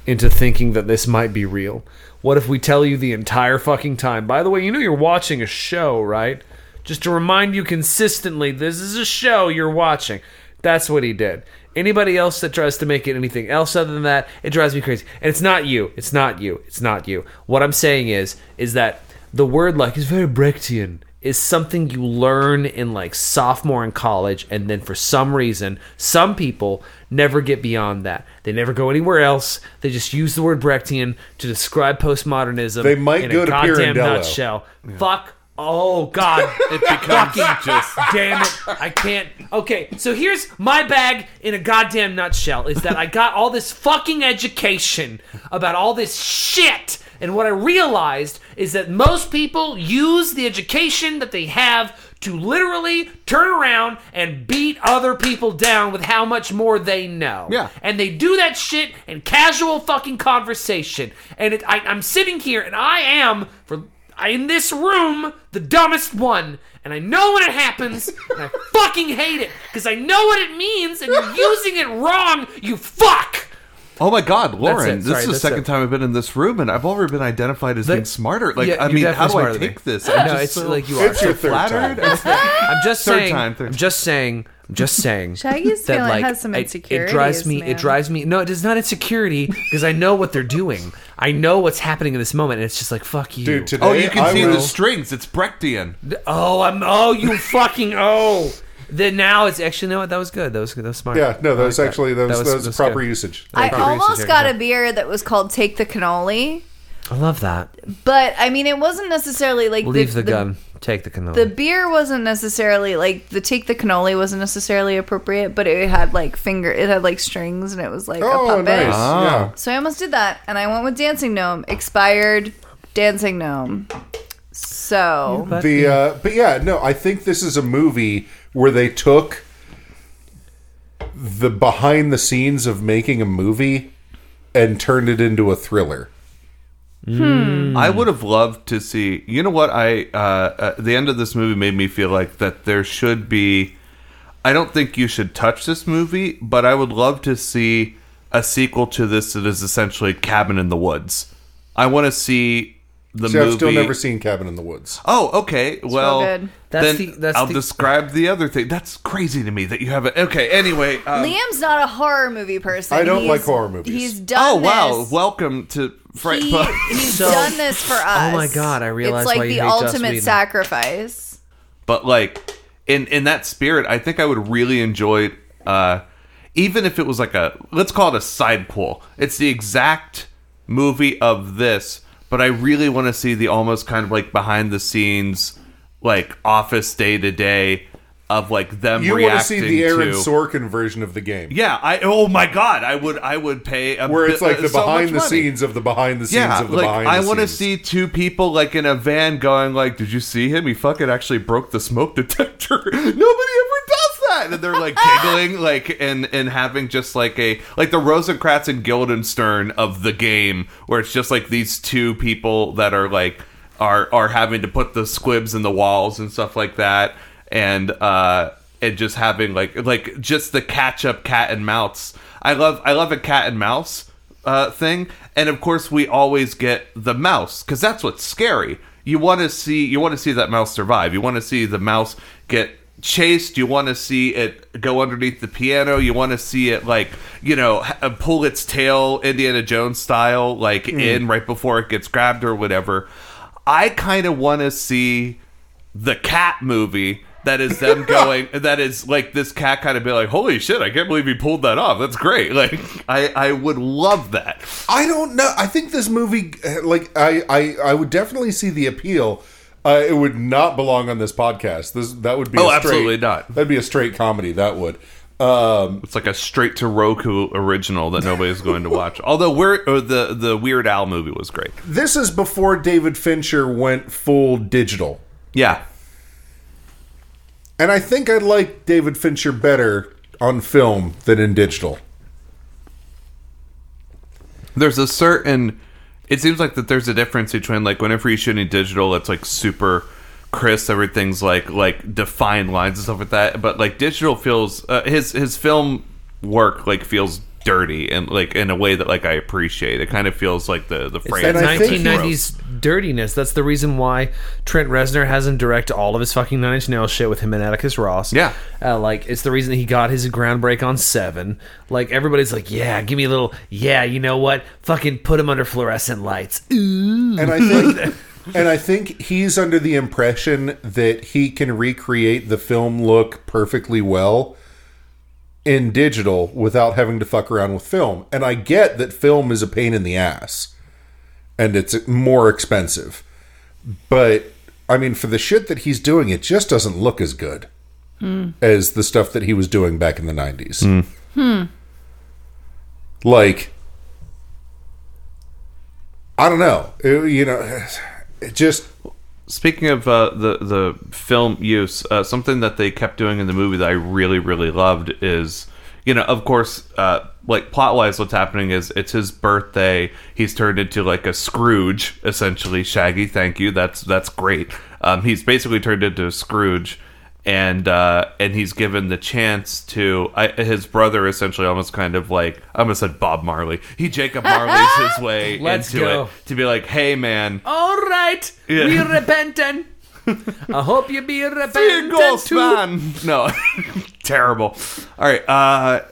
into thinking that this might be real? What if we tell you the entire fucking time? By the way, you know you're watching a show, right? Just to remind you consistently, this is a show you're watching. That's what he did. Anybody else that tries to make it anything else other than that, it drives me crazy. And it's not you. It's not you. It's not you. What I'm saying is, is that the word like is very Brechtian. is something you learn in like sophomore in college and then for some reason some people never get beyond that they never go anywhere else they just use the word brechtian to describe postmodernism
They might
in
go
a
to
goddamn
Pirandello.
nutshell fuck oh god
It becomes just
Damn it. I can't. Okay, so here's my bag in a goddamn nutshell is that I got all this fucking education about all this shit. And what I realized is that most people use the education that they have to literally turn around and beat other people down with how much more they know.
Yeah.
And they do that shit in casual fucking conversation. And it, I, I'm sitting here and I am, for I- in this room, the dumbest one. And I know when it happens, and I fucking hate it because I know what it means, and you're using it wrong. You fuck.
Oh my God, Lauren!
it.
This
Sorry,
is the
that's
second
it.
time I've been in this room, and I've already been identified as being smarter. Like,
Yeah,
I
you're
mean, how
definitely
do I
smarter than
take
me.
this? I'm
No,
just
it's
so
like you are.
It's your third
flattered.
time.
It's like-
I'm just
Third
saying.
time, third
I'm just saying. I'm just saying.
Shaggy's
that,
feeling
like,
has some
it- It,
insecurities,
drives me.
man.
It drives me. No, it is not insecurity because I know what they're doing. I know what's happening in this moment, and it's just like fuck you.
Dude, today
oh, you can
I
see the
will-
strings. It's Brechtian.
oh, I'm. Oh, you fucking. Oh. Then now it's actually. You know what? That was good. That was good. That was smart.
Yeah, no,
I
that was
like
actually that was, that was,
that was
proper
good.
usage.
I
Proper usage
almost
here,
got
yeah.
a beer that was called Take the Cannoli,
I love that.
but I mean, it wasn't necessarily like
Leave the, gun. Take the cannoli.
The beer wasn't necessarily like the take the cannoli wasn't necessarily appropriate, but it had like finger, it had like strings, and it was like a
Oh,
puppet.
nice.
Ah.
So I almost did that, and I went with Dancing Gnome, expired Dancing Gnome. So
Yeah. The uh, but yeah, no, I think this is a movie where they took the behind the scenes of making a movie and turned it into a thriller.
Hmm.
I would have loved to see. You know what? I uh, uh, the end of this movie made me feel like that there should be. I don't think you should touch this movie, but I would love to see a sequel to this that is essentially Cabin in the Woods. I want to see the
See,
movie.
I've still never seen Cabin in the Woods.
Oh, okay. Well,
good.
then
That's the- that's
I'll
the-
describe the other thing. That's crazy to me that you haven't. Okay. Anyway. Um,
Liam's not a horror movie person.
I don't
He's-
like horror movies.
He's
oh
done.
wow!
this.
Welcome to Fright
He-
Pub.
he's
So- oh
done this for us.
my God, I realize
it's like
why you
the
hate Joss
ultimate
Whedon.
sacrifice.
but like in in that spirit i think i would really enjoy uh even if it was like a let's call it a sidequel it's the exact movie of this but i really want to see the almost kind of like behind the scenes like office day to day of like them
You want to
reacting
see the Aaron
to
Sorkin version of the game,
yeah i oh my god i would i would pay a
where it's
bi- uh,
like the
so much
behind the
money.
scenes of the behind the scenes
Yeah,
of the
like
behind.
I
the
want to
scenes.
see two people like in a van going like, "Did you see him? He fucking actually broke the smoke detector." Nobody ever does that, and they're like giggling, like and and having just like a like the Rosencrantz and Guildenstern of the game, where it's just like these two people that are like are are having to put the squibs in the walls and stuff like that, and uh and just having like like just the catch up cat and mouse. I love I love a cat and mouse uh, thing, and of course we always get the mouse because that's what's scary. You want to see you want to see that mouse survive. You want to see the mouse get chased. You want to see it go underneath the piano. You want to see it like you know ha- uh, pull its tail Indiana Jones style like in right before it gets grabbed or whatever. I kind of want to see the cat movie that is them going that is like this cat kind of be like holy shit i can't believe he pulled that off that's great like i i would love that
I don't know. I think this movie, uh, like, I, I, I would definitely see the appeal. Uh, it would not belong on this podcast. This that would be
Oh,
a straight,
absolutely not.
That'd be a straight comedy. That would. Um,
it's like a straight to roku original that nobody's going to watch although we're or the the weird owl movie was great
this is before David Fincher went full digital,
yeah
and I think I like David Fincher better on film than in digital.
there's a certain it seems like that there's a difference between like whenever you're shooting digital it's like super crisp everything's like like defined lines and stuff like that but like digital feels uh, his his film work like feels dirty and like in a way that like i appreciate it kind of feels like the the frame
that And I think-
1990s dirtiness. That's the reason why Trent Reznor has him direct all of his fucking Nine Inch Nails shit with him and Atticus Ross.
Yeah.
Uh, like it's the reason he got his ground break on Seven. Like everybody's like, yeah, give me a little, yeah, you know what? Fucking put him under fluorescent lights.
And I think and I think he's under the impression that he can recreate the film look perfectly well in digital without having to fuck around with film. And I get that film is a pain in the ass and it's more expensive. But I mean, for the shit that he's doing, it just doesn't look as good as the stuff that he was doing back in the 90s. Like, I don't know. It- you know, it just.
Speaking of uh, the the film use, uh, something that they kept doing in the movie that I really really loved is, you know, of course, uh, like plot wise, what's happening is it's his birthday. He's turned into like a Scrooge, essentially. Shaggy, thank you. That's that's great. Um, he's basically turned into a Scrooge, and uh, and he's given the chance to I, his brother, essentially, almost kind of like I almost said Bob Marley. He Jacob Marley's his way
Let's
into
go.
it to be like, hey man,
All right,
Yeah.
we repentant. I hope you be
Big
repentant too.
man. No, terrible. All right. Uh,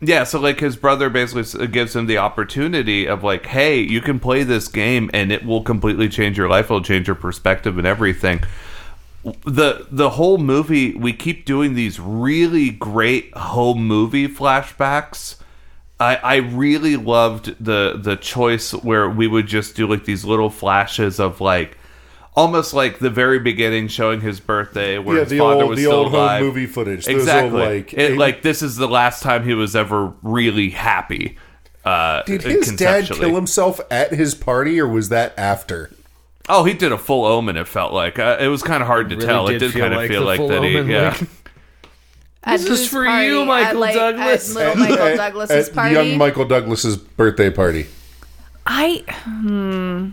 yeah. So like his brother basically s- uh, gives him the opportunity of like, hey, you can play this game and it will completely change your life. It'll change your perspective and everything. The the whole movie we keep doing these really great home movie flashbacks. I, I really loved the the choice where we would just do like these little flashes of like almost like the very beginning showing his birthday where
Yeah,
his
the
father
old-
was
the
still
old home
alive.
movie footage. Those old,
Exactly.
like,
like,
eight-
it, like this is the last time he was ever really happy. Uh,
Did his dad
conceptually.
kill himself at his party or was that after?
Oh, he did a full omen. It felt like uh, it was kind of hard to
Really
tell.
did
It did
feel
kind of
like
feel
the
like
full
that. He,
omen,
yeah,
like-
At
This is
Lou's
for you,
party,
Michael
at, like,
Douglas.
At little Michael
At-
Douglas's
at
party.
young Michael Douglas's birthday party.
I hmm.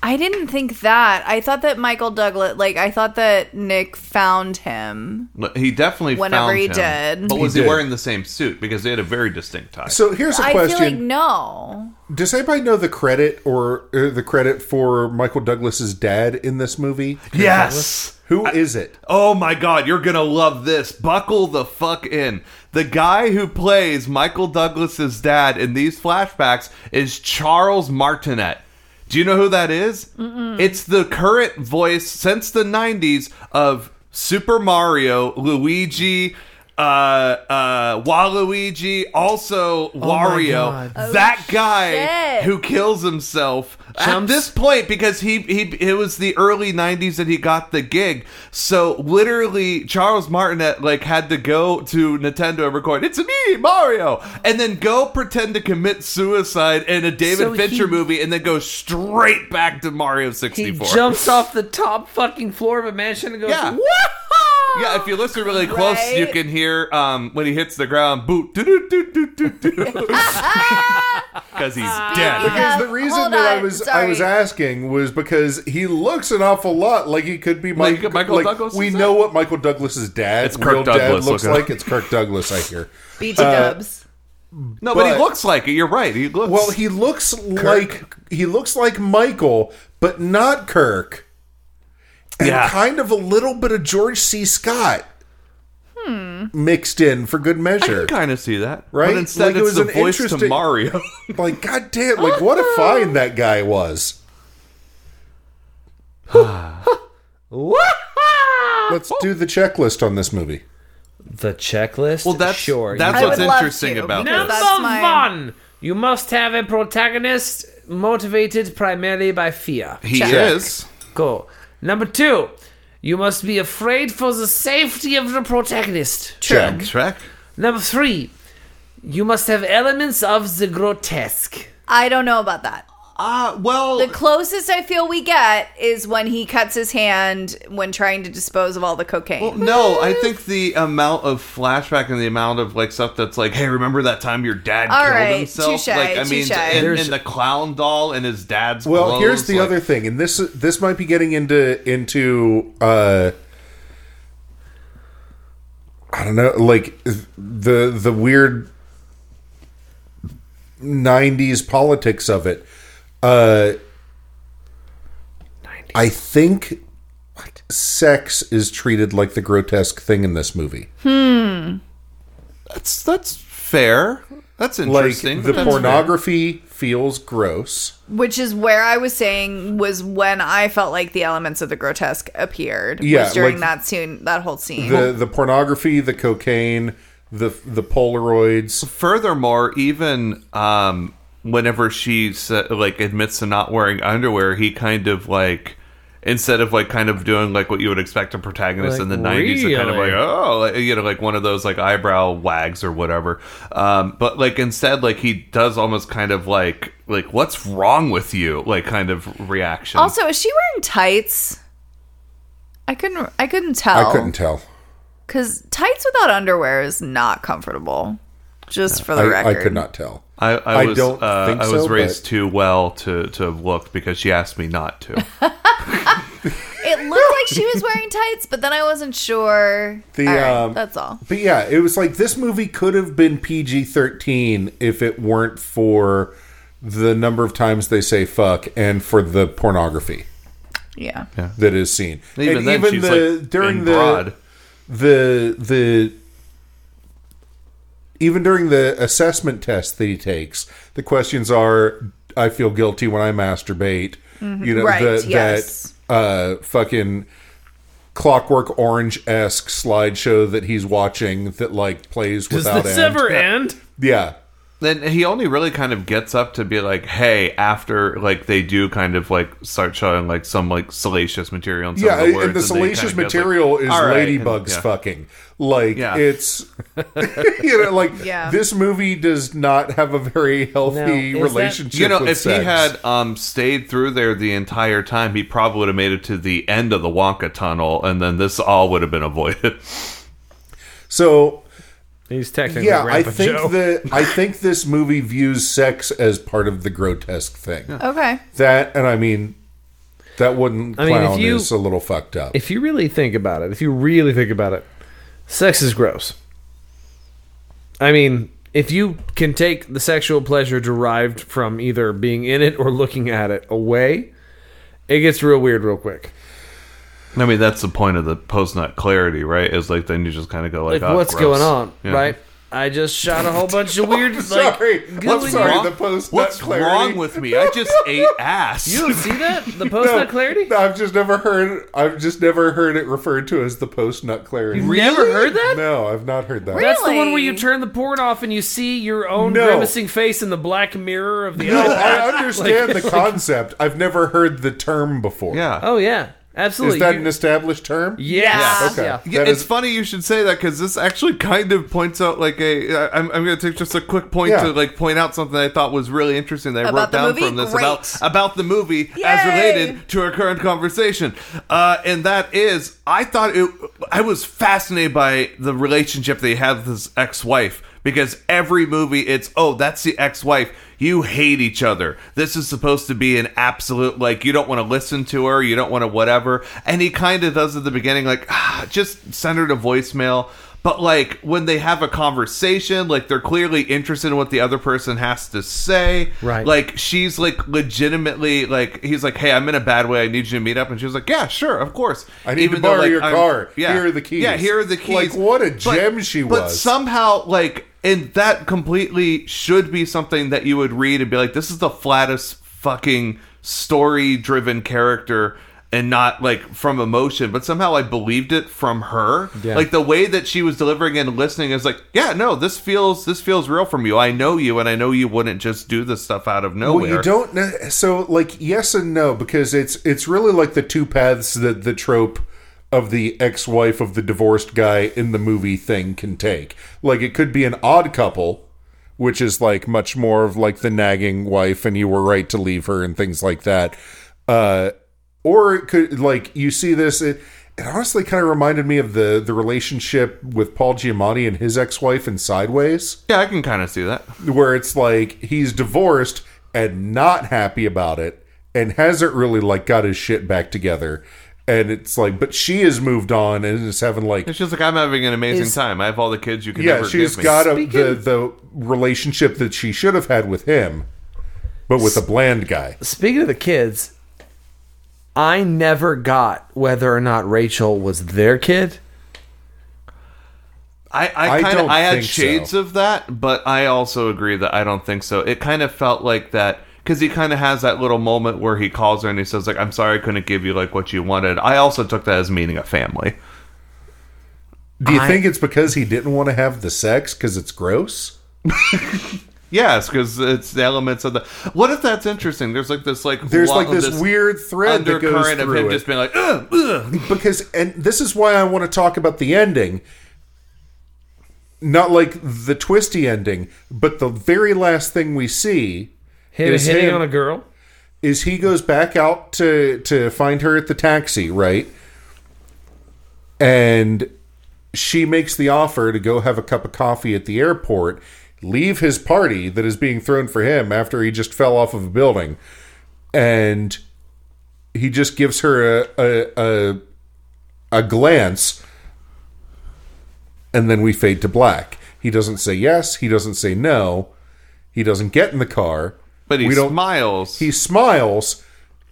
I didn't think that. I thought that Michael Douglas, like I thought that Nick found him.
he definitely
Whenever
found
he
him.
did.
But was he,
did.
wearing the same suit because they had a very distinct tie?
So here's a
I
question.
feel like no.
Does anybody know the credit or uh, the credit for Michael Douglas's dad in this movie?
yes.
Who is it?
Oh my god, you're gonna love this. Buckle the fuck in. The guy who plays Michael Douglas's dad in these flashbacks is Charles Martinet. Do you know who that is? It's the current voice since the 90s of Super Mario, Luigi, uh, uh, Waluigi, also Wario.
Oh God.
that guy
shit.
who kills himself at
Chumps.
this point because he he it was the early 90s that he got the gig so literally charles martinet like had to go to nintendo and record it's me mario and then go pretend to commit suicide in a david
So
fincher
he-
movie and then go straight back to mario
He
64
jumps off the top fucking floor of a mansion and goes,
Yeah.
"Woo!"
yeah, if you listen really close, you
Right?
can hear um, when he hits the ground, boot, doo doo doo doo doo doo, because he's dead.
Because
Yeah,
the reason
Uh, hold
that I
on,
was I
sorry.
was asking was because he looks an awful lot like he could be
Like
Mike,
Michael
like,
Douglas
We
is
know what Michael Douglas's dad,
It's Kirk
real
Douglas,
dad
look
looks
it up.
like. It's Kirk Douglas, I hear.
BT
Uh,
Dubs.
No, but,
But-
he looks like it. You're right. He looks
Well, he looks like he looks like Michael, but not Kirk. And
Yeah.
kind of a little bit of George C. Scott mixed in for good measure.
Hmm. I can kind of see that,
Right?
But instead,
Like, it
it's
was
the
an
voice to
interesting-
Mario.
Like, god damn, like what a find that guy was. Let's do the checklist on this movie.
The checklist.
well, that's
sure. you
That's
I
what's
would love
interesting
to,
about
because
this.
Number
That's my-
one, you must have a protagonist motivated primarily by fear.
He
Check.
is.
Go. Number two, you must be afraid for the safety of the protagonist.
Check.
Shrek.
Number three, you must have elements of the grotesque.
I don't know about that.
Uh, well,
The closest I feel we get is when he cuts his hand when trying to dispose of all the cocaine.
no, I think the amount of flashback and the amount of like stuff that's like, hey, remember that time your dad
All
killed
right,
himself?
touche,
like, I mean,
touche.
and,
There's-
and the clown doll and his dad's.
Well,
clothes,
here's the
like-
other thing, and this this might be getting into into uh I don't know, like the the weird '90s politics of it. Uh, I think sex is treated like the grotesque thing in this movie,
Hmm. That's that's fair. That's
like
interesting.
the
That's fair.
pornography, feels gross.
Which is where I was saying was when I felt like the elements of the grotesque appeared.
Yeah,
was during
like-
that scene, that whole scene.
The the pornography, the cocaine, the the Polaroids.
Furthermore, even um, whenever she sa- like admits to not wearing underwear, he kind of like instead of like kind of doing like what you would expect a protagonist
Like,
in the nineties, to kind of
really?
like oh like, you know like one of those like eyebrow wags or whatever. Um, but like instead, like he does almost kind of like like what's wrong with you like kind of reaction.
also, is she wearing tights? I couldn't. I couldn't tell.
I couldn't tell.
because tights without underwear is not comfortable. Just for the
I, I
record,
could not tell.
I, I,
I
was,
don't
uh,
think
I was
so,
raised
but-
too well to to have looked because she asked me not to.
It looked like she was wearing tights, but then I wasn't sure.
The,
all right,
um,
that's all.
But yeah, it was like this movie could have been PG 13 if it weren't for the number of times they say fuck and for the pornography
Yeah.
that is seen.
Even
and
then, she's like in
the
broad.
the the even during the assessment test that he takes, the questions are I feel guilty when I masturbate. You know,
Mm-hmm. Right,
the,
yes.
that uh fucking clockwork orange esque slideshow that he's watching that like plays
Does
without
this
end.
ever end?
Yeah.
Then he only really kind of gets up to be like, "Hey," after like they do kind of like start showing like some like salacious material. And some
Yeah,
of the words,
and the
they kind of
salacious
goes, like,
material is
"All right," and-
ladybugs
yeah.
fucking. Like
Yeah.
it's you know, like
Yeah.
this movie does not have a very healthy
Now, is that-
relationship.
You know,
with
if
sex.
he had um, stayed through there the entire time, he probably would have made it to the end of the Wonka tunnel, and then this all would have been avoided.
so
He's technically
yeah, I
Grandpa
think
Joe.
that I think this movie views sex as part of the grotesque thing.
Okay.
That and I mean that wooden
I mean, if
clown
you-
is a little fucked up.
if you really think about it, if you really think about it, sex is gross. I mean, if you can take the sexual pleasure derived from either being in it or looking at it away, it gets real weird real quick.
I mean, that's the point of the post nut clarity, right? Is like then you just kind of go like,
Like,
"Oh,
what's
gross."
going on,
Yeah.
right? I just shot a whole bunch of weird. like,
sorry. I'm
gooey-
sorry.
Wrong-
the post-nut
What's
clarity.
wrong with me? I just ate ass.
You don't see that? The post nut clarity?
No, I've just never heard I've just never heard it referred to as the post nut clarity.
You never heard that?
No, I've not heard that.
Really?
That's the one where you turn the porn off and you see your own
No.
grimacing face in the black mirror of the.
No, I understand the concept. I've never heard the term before.
yeah.
Oh yeah, absolutely.
Is that
You-
an established term?
Yes.
Okay.
Yeah.
Yeah,
That
it's
is-
funny you should say that because this actually kind of points out like a. I- I'm, I'm going to take just a quick point
Yeah.
to like point out something I thought was really interesting that I wrote
About the
down
movie?
from this
Great.
about about the movie as
Yay!
related to our current conversation, uh, and that is I thought it. I was fascinated by the relationship they had with his ex-wife because every movie it's oh that's the ex-wife. You hate each other. This is supposed to be an absolute like you don't want to listen to her, you don't want to whatever. And he kind of does at the beginning like ah, just send her to voicemail. But like when they have a conversation, like they're clearly interested in what the other person has to say.
Right.
Like she's like legitimately like he's like, hey, I'm in a bad way. I need you to meet up, and she was like, yeah, sure, of course.
I need to
though,
borrow
like,
your
I'm-
car. Here are the keys.
Yeah, here are the
Like,
keys.
what a
But-
gem she
But
was.
somehow like and that completely should be something that you would read and be like, this is the flattest fucking story driven character and not like from emotion but somehow i believed it from her
Yeah.
like the way that she was delivering and listening is like yeah no this feels this feels real from you i know you and i know you wouldn't just do this stuff out of nowhere
Well, you don't know. So, like, yes and no, because it's it's really like the two paths that the trope of the ex-wife of the divorced guy in the movie thing can take. Like, it could be an odd couple, which is like much more of like the nagging wife, and you were right to leave her and things like that. Uh, or it could like you see this. It, it honestly kind of reminded me of the the relationship with Paul Giamatti and his ex-wife in Sideways
yeah i can kind of see that
where it's like he's divorced and not happy about it and hasn't really like got his shit back together and it's like but she has moved on and is having like
It's just like I'm having an amazing
Is-
time. I have all the kids you can
yeah
never
she's
give me.
got a, the
Speaking-
the relationship that she should have had with him but with a bland guy
Speaking of the kids, I never got whether or not Rachel was their kid
I, I,
I
kind of
don't
I had
think
shades
so.
of that, but I also agree that I don't think so. It kind of felt like that because he kind of has that little moment where he calls her and he says like I'm sorry I couldn't give you like what you wanted. I also took that as meaning a family.
Do you
I-
think it's because he didn't want to have the sex because it's gross?
Yes, because it's the elements of the. What if that's interesting? There's like this like
There's
lo-
like this, weird thread that goes
undercurrent of
through
him
it.
just being like ugh, ugh.
because and this is why I want to talk about the ending. Not like the twisty ending, but the very last thing we see
Him
is
hitting
him-
on a girl.
is he goes back out to to find her at the taxi, right? And she makes the offer to go have a cup of coffee at the airport, leave his party that is being thrown for him after he just fell off of a building, and he just gives her a a a, a glance, and then we fade to black. He doesn't say yes. He doesn't say no. He doesn't get in the car.
But he
we don't
smiles.
he smiles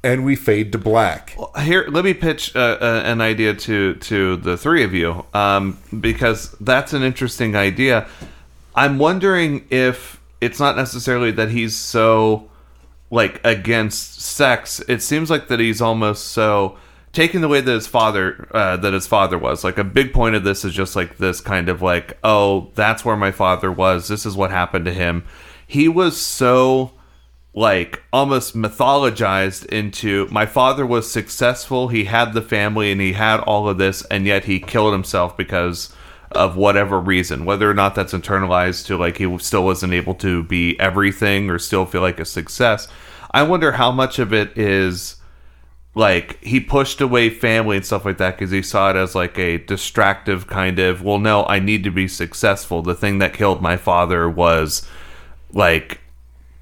and we fade to black
here let me pitch uh, uh, an idea to to the three of you um, because that's an interesting idea i'm wondering if it's not necessarily that he's so like against sex it seems like that he's almost so taken the way that his father uh, that his father was like a big point of this is just like this kind of like oh that's where my father was this is what happened to him he was so like almost mythologized into my father was successful he had the family and he had all of this and yet he killed himself because of whatever reason whether or not that's internalized to like he still wasn't able to be everything or still feel like a success i wonder how much of it is like he pushed away family and stuff like that because he saw it as like a distractive kind of well no i need to be successful the thing that killed my father was like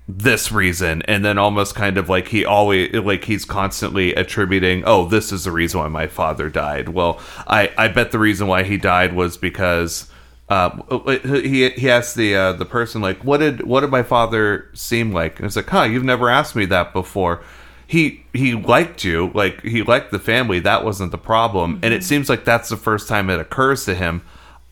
this reason and then almost kind of like he always like he's constantly attributing oh this is the reason why my father died well i i bet the reason why he died was because um, he he asked the uh, the person like what did what did my father seem like and it's like huh you've never asked me that before he he liked you like he liked the family that wasn't the problem and it seems like that's the first time it occurs to him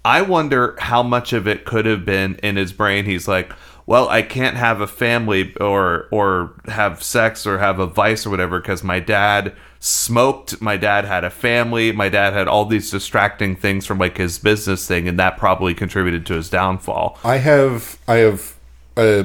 i wonder how much of it could have been in his brain he's like well i can't have a family or or have sex or have a vice or whatever because my dad smoked my dad had a family my dad had all these distracting things from like his business thing and that probably contributed to his downfall
i have i have uh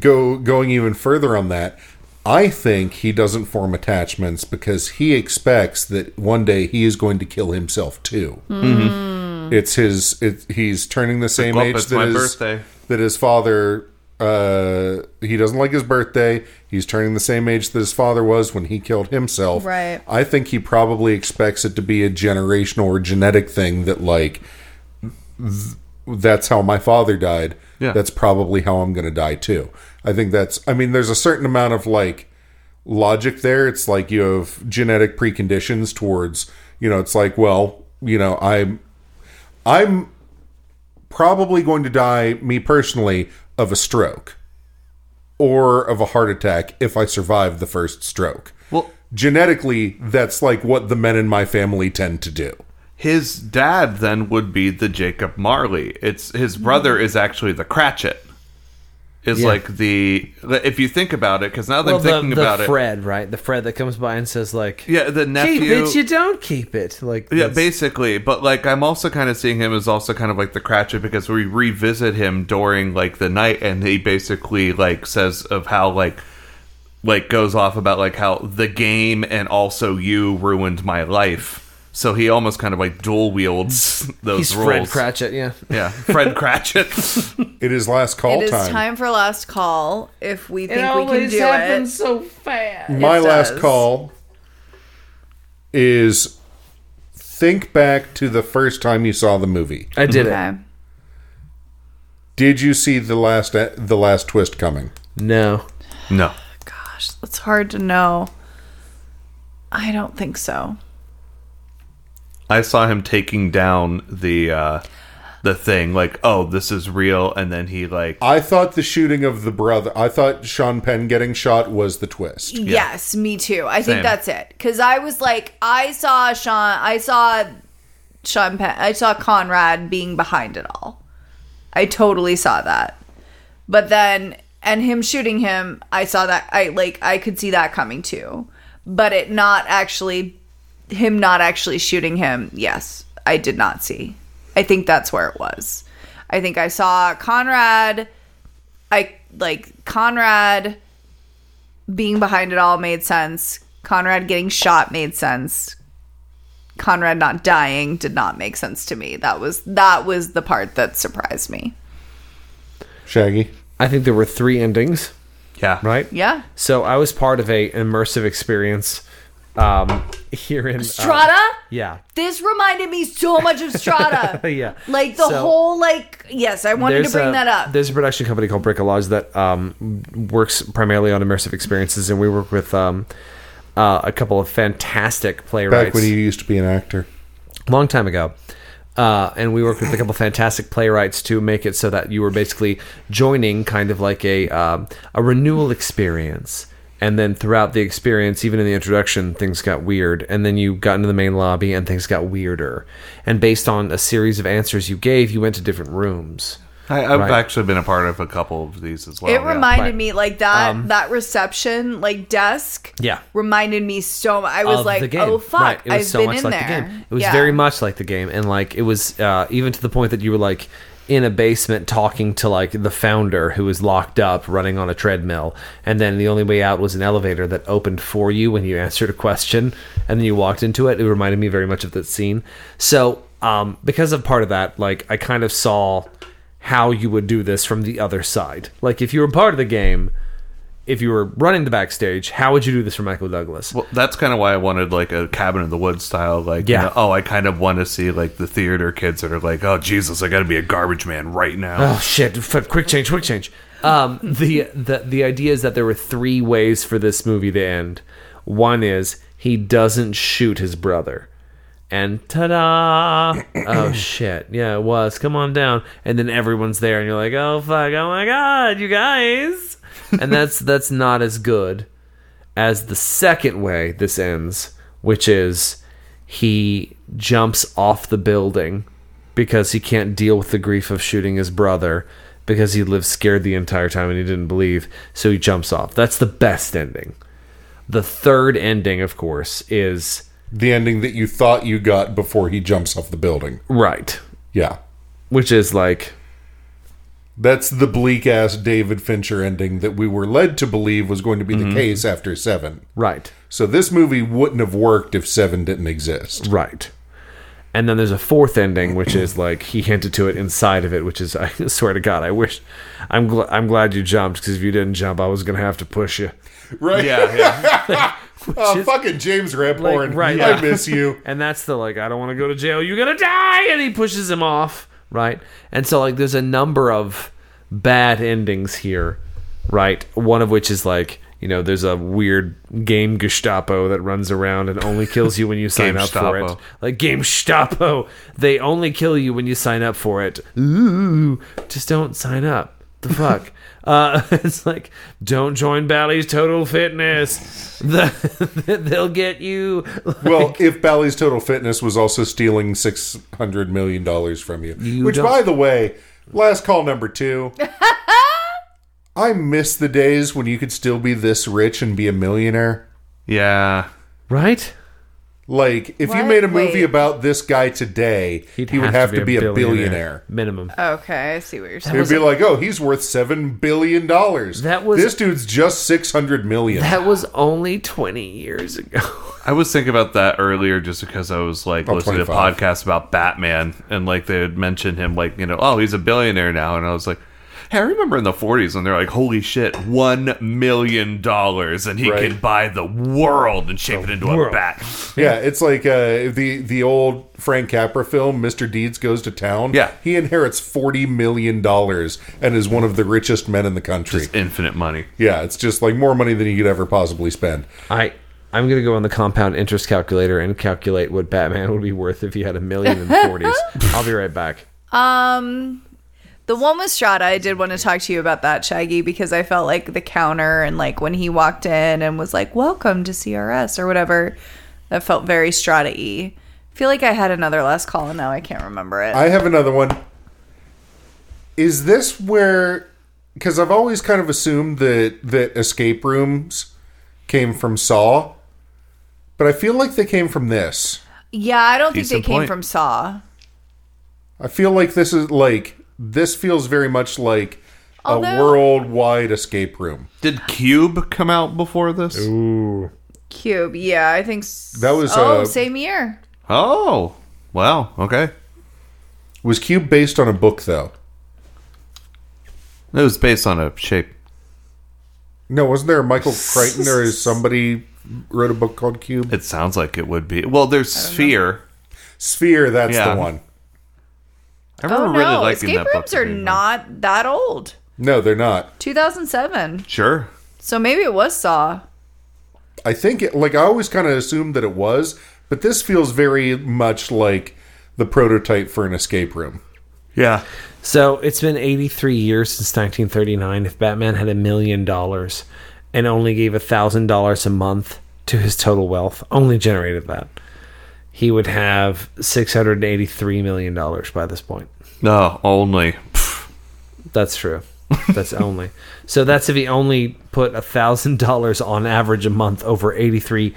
go going even further on that i think he doesn't form attachments because he expects that one day he is going to kill himself too it's his it, he's turning the same
Well,
age
it's
that
my
his-
birthday.
that his father uh he doesn't like his birthday he's turning the same age that his father was when he killed himself
Right.
i think he probably expects it to be a generational or genetic thing that like th- that's how my father died
Yeah.
that's probably how i'm gonna die too i think that's i mean there's a certain amount of like logic there. It's like you have genetic preconditions towards, you know, it's like, well, you know, I'm I'm probably going to die, me personally, of a stroke or of a heart attack if I survive the first stroke.
Well-
genetically, that's like what the men in my family tend to do.
his dad then would be the Jacob Marley. It's his brother is actually the Cratchit. Is like the if you think about it, because now that
Well,
I'm
the,
thinking
the
about it,
Fred, right? The Fred that comes by and says like,
yeah, the nephew.
"Keep it, you don't keep it." Like,
yeah,
that's-
basically. But like, I'm also kind of seeing him as also kind of like the Cratchit because we revisit him during like the night, and he basically like says of how like like goes off about like how the game and also you ruined my life. So he almost kind of like dual wields those
he's
rules.
Fred Cratchit. Yeah,
Yeah, Fred Cratchit.
It is last call
It is
time.
time for last call. If we think we can do it,
so fast.
My
It
last
does.
call is think back to the first time you saw the movie.
I did
okay.
Did you see the last uh, the last twist coming?
it. No,
no.
Gosh, it's hard to know. I don't think so.
I saw him taking down the uh the thing like, "Oh, this is real." And then he like
Uh,
I thought the shooting of the brother. I thought Sean Penn getting shot was the twist.
Yes, me too. I
Same.
think that's it. Because I was like, I saw Sean, I saw Sean Penn. I saw Conrad being behind it all. I totally saw that. But then and him shooting him, I saw that I like I could see that coming too. But it not actually him not actually shooting him. Yes, I did not see. I think that's where it was. I think I saw Conrad I like Conrad being behind it all made sense. Conrad getting shot made sense. Conrad not dying did not make sense to me. That was that was the part that surprised me.
Shaggy.
I think there were three endings,
Yeah.
right?
Yeah.
So I was part of a immersive experience um, here in uh,
Strata?
yeah.
This reminded me so much of Strata.
Yeah.
Like the
So-
whole like yes, I wanted to
There's
bring
a-
that up.
There's a production company called Bricolage that um, works primarily on immersive experiences, and we work with um, uh, a couple of fantastic playwrights.
Back when you used to be an actor.
long time ago. Uh, and we worked with a couple fantastic playwrights to make it so that you were basically joining kind of like a um, a renewal experience. And then throughout the experience, even in the introduction, things got weird. And then you got into the main lobby, and things got weirder. And based on a series of answers you gave, you went to different rooms.
I, I've
Right.
actually been a part of a couple of these as well.
Oh,
it
yeah.
reminded
Right.
me like that that reception like desk
um, Yeah.
reminded me so much. I was
of
like,
the game.
oh fuck,
Right. It was
I've
so
been
much
in
like
there.
the game. It was
Yeah.
very much like the game, and like it was uh, even to the point that you were like in a basement talking to like the founder who was locked up running on a treadmill, and then the only way out was an elevator that opened for you when you answered a question, and then you walked into it. It reminded me very much of that scene. So um, because of part of that, like I kind of saw how you would do this from the other side. Like if you were part of the game. If you were running the backstage, how would you do this for Michael Douglas?
Well, that's kind of why I wanted like a cabin in the woods style, like yeah.
Yeah.
you know, oh, I kind of want to see like the theater kids that are like, oh Jesus, I got to be a garbage man right now.
Oh shit! F- quick change, quick change. Um, the the the idea is that there were three ways for this movie to end. One is he doesn't shoot his brother, and ta-da! oh shit! Yeah, it was. Come on down, and then everyone's there, and you're like, oh fuck! Oh my god, you guys! And that's that's not as good as the second way this ends, which is he jumps off the building because he can't deal with the grief of shooting his brother because he lived scared the entire time and he didn't believe, so he jumps off. That's the best ending. The third ending, of course, is
The ending that you thought you got before he jumps off the building.
right,
Yeah.
which is like
That's the bleak ass David Fincher ending that we were led to believe was going to be the case after Seven.
right.
So this movie wouldn't have worked if Seven didn't exist.
Right. And then there's a fourth ending, which is like he hinted to it inside of it, which is I swear to God, I wish I'm gl- I'm glad you jumped because if you didn't jump, I was gonna have to push you.
Right?
Yeah, yeah.
Oh, fucking James Redhorn.
Like, right,
I
yeah.
miss you.
And that's the like I don't want to go to jail. You're gonna die, and he pushes him off. Right. And so like there's a number of bad endings here. Right. One of which is like you know there's a weird game Gestapo that runs around and only kills you when you sign up for it.
Gestapo.
Like Game Gestapo, they only kill you when you sign up for it. Ooh, just don't sign up. The fuck. Uh, it's like don't join Bally's Total Fitness. The, they'll get you.
Well, if Bally's Total Fitness was also stealing six hundred million dollars from you, which,
don't-
by the way, last call number two. I miss the days when you could still be this rich and be a millionaire.
yeah.
Right?
Like, if you
What?
made a movie
Wait.
about this guy today, He'd have to be, a billionaire.
Minimum.
Okay, I see what you're saying.
It'd be like, oh, he's worth seven billion dollars.
That was-
this dude's just six hundred million.
That was only 20 years ago.
I was thinking about that earlier just because I was like
Oh,
listening
25.
to a podcast about Batman and like they had mentioned him like, you know, oh, he's a billionaire now and I was like Hey, I remember in the 40s when they're like, "Holy shit, one million dollars, and he
Right.
can buy the world and shape it into a
world.
bat."
yeah, it's like uh, the the old Frank Capra film, Mr. Deeds Goes to Town.
Yeah.
he inherits forty million dollars and is one of the richest men in the country.
Just infinite money.
yeah, it's just like more money than you could ever possibly spend.
I I'm going to go on the compound interest calculator and calculate what Batman would be worth if he had a million in the 40s. I'll be right back.
Um, the one with Strata, I did want to talk to you about that, Shaggy, because I felt like the counter and like when he walked in and was like, "Welcome to CRS" or whatever, that felt very Strata y. feel like I had another last call and now I can't remember it.
I have another one. Is this where? Because I've always kind of assumed that that escape rooms came from Saw, but I feel like they came from this.
yeah, I don't think they
Decent
came
point.
from Saw.
I feel like this is like this feels very much like a
Although-
worldwide escape room.
Did Cube come out before this?
Cube. Yeah, I think s-
That was,
oh
uh,
same year.
Oh, wow. Okay.
Was Cube based on a book though?
It was based on a shape.
No, wasn't there a Michael Crichton or somebody wrote a book called Cube?
It sounds like it would be. Well, there's Sphere.
Sphere, that's
Yeah.
the one.
I
Oh
remember really
no,
liking
escape
that book.
rooms are not that old.
No, they're not.
2007.
Sure.
So maybe it was Saw.
I think it, like I always kind of assumed that it was, but this feels very much like the prototype for an escape room.
Yeah.
So it's been 83 years since 1939. If Batman had a million dollars and only gave a thousand dollars a month to his total wealth, only generated that, he would have 683 million dollars by this point.
No, only.
That's true. That's only. So that's if he only put a thousand dollars on average a month over 83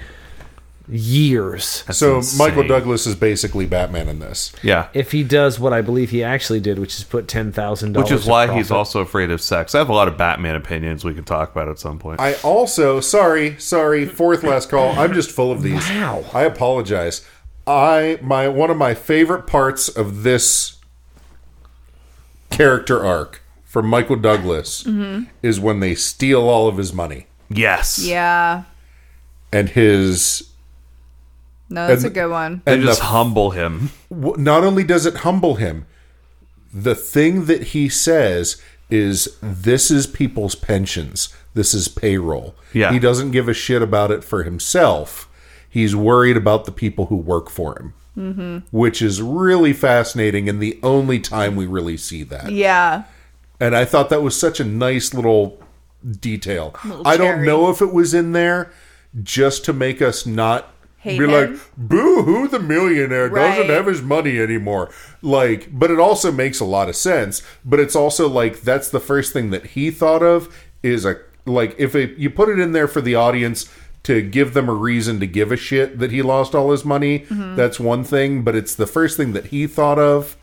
years.
so
insane.
Michael Douglas is basically Batman in this.
Yeah.
If he does what I believe he actually did, which is put ten thousand dollars,
Which is why he's also afraid of sex. I have a lot of Batman opinions we can talk about at some point.
I also, sorry, sorry, fourth last call. I'm just full of these.
Wow.
I apologize. I my one of my favorite parts of this character arc for Michael Douglas is when they steal all of his money
yes.
Yeah.
and his
No, that's
And-
a good one.
They
and
just
the-
humble him.
w- not only does it humble him, the thing that he says is this is people's pensions. This is payroll.
Yeah.
He doesn't give a shit about it for himself. He's worried about the people who work for him, mm-hmm. which is really fascinating and the only time we really see that.
Yeah.
And I thought that was such a nice little detail.
Little
I don't
cherry.
know if it was in there just to make us not
Hate
be
him.
like, boo hoo, the millionaire
Right.
doesn't have his money anymore. Like, but it also makes a lot of sense. But it's also like, that's the first thing that he thought of is a, like, if it, you put it in there for the audience to give them a reason to give a shit that he lost all his money,
Mm-hmm.
that's one thing. But it's the first thing that he thought of.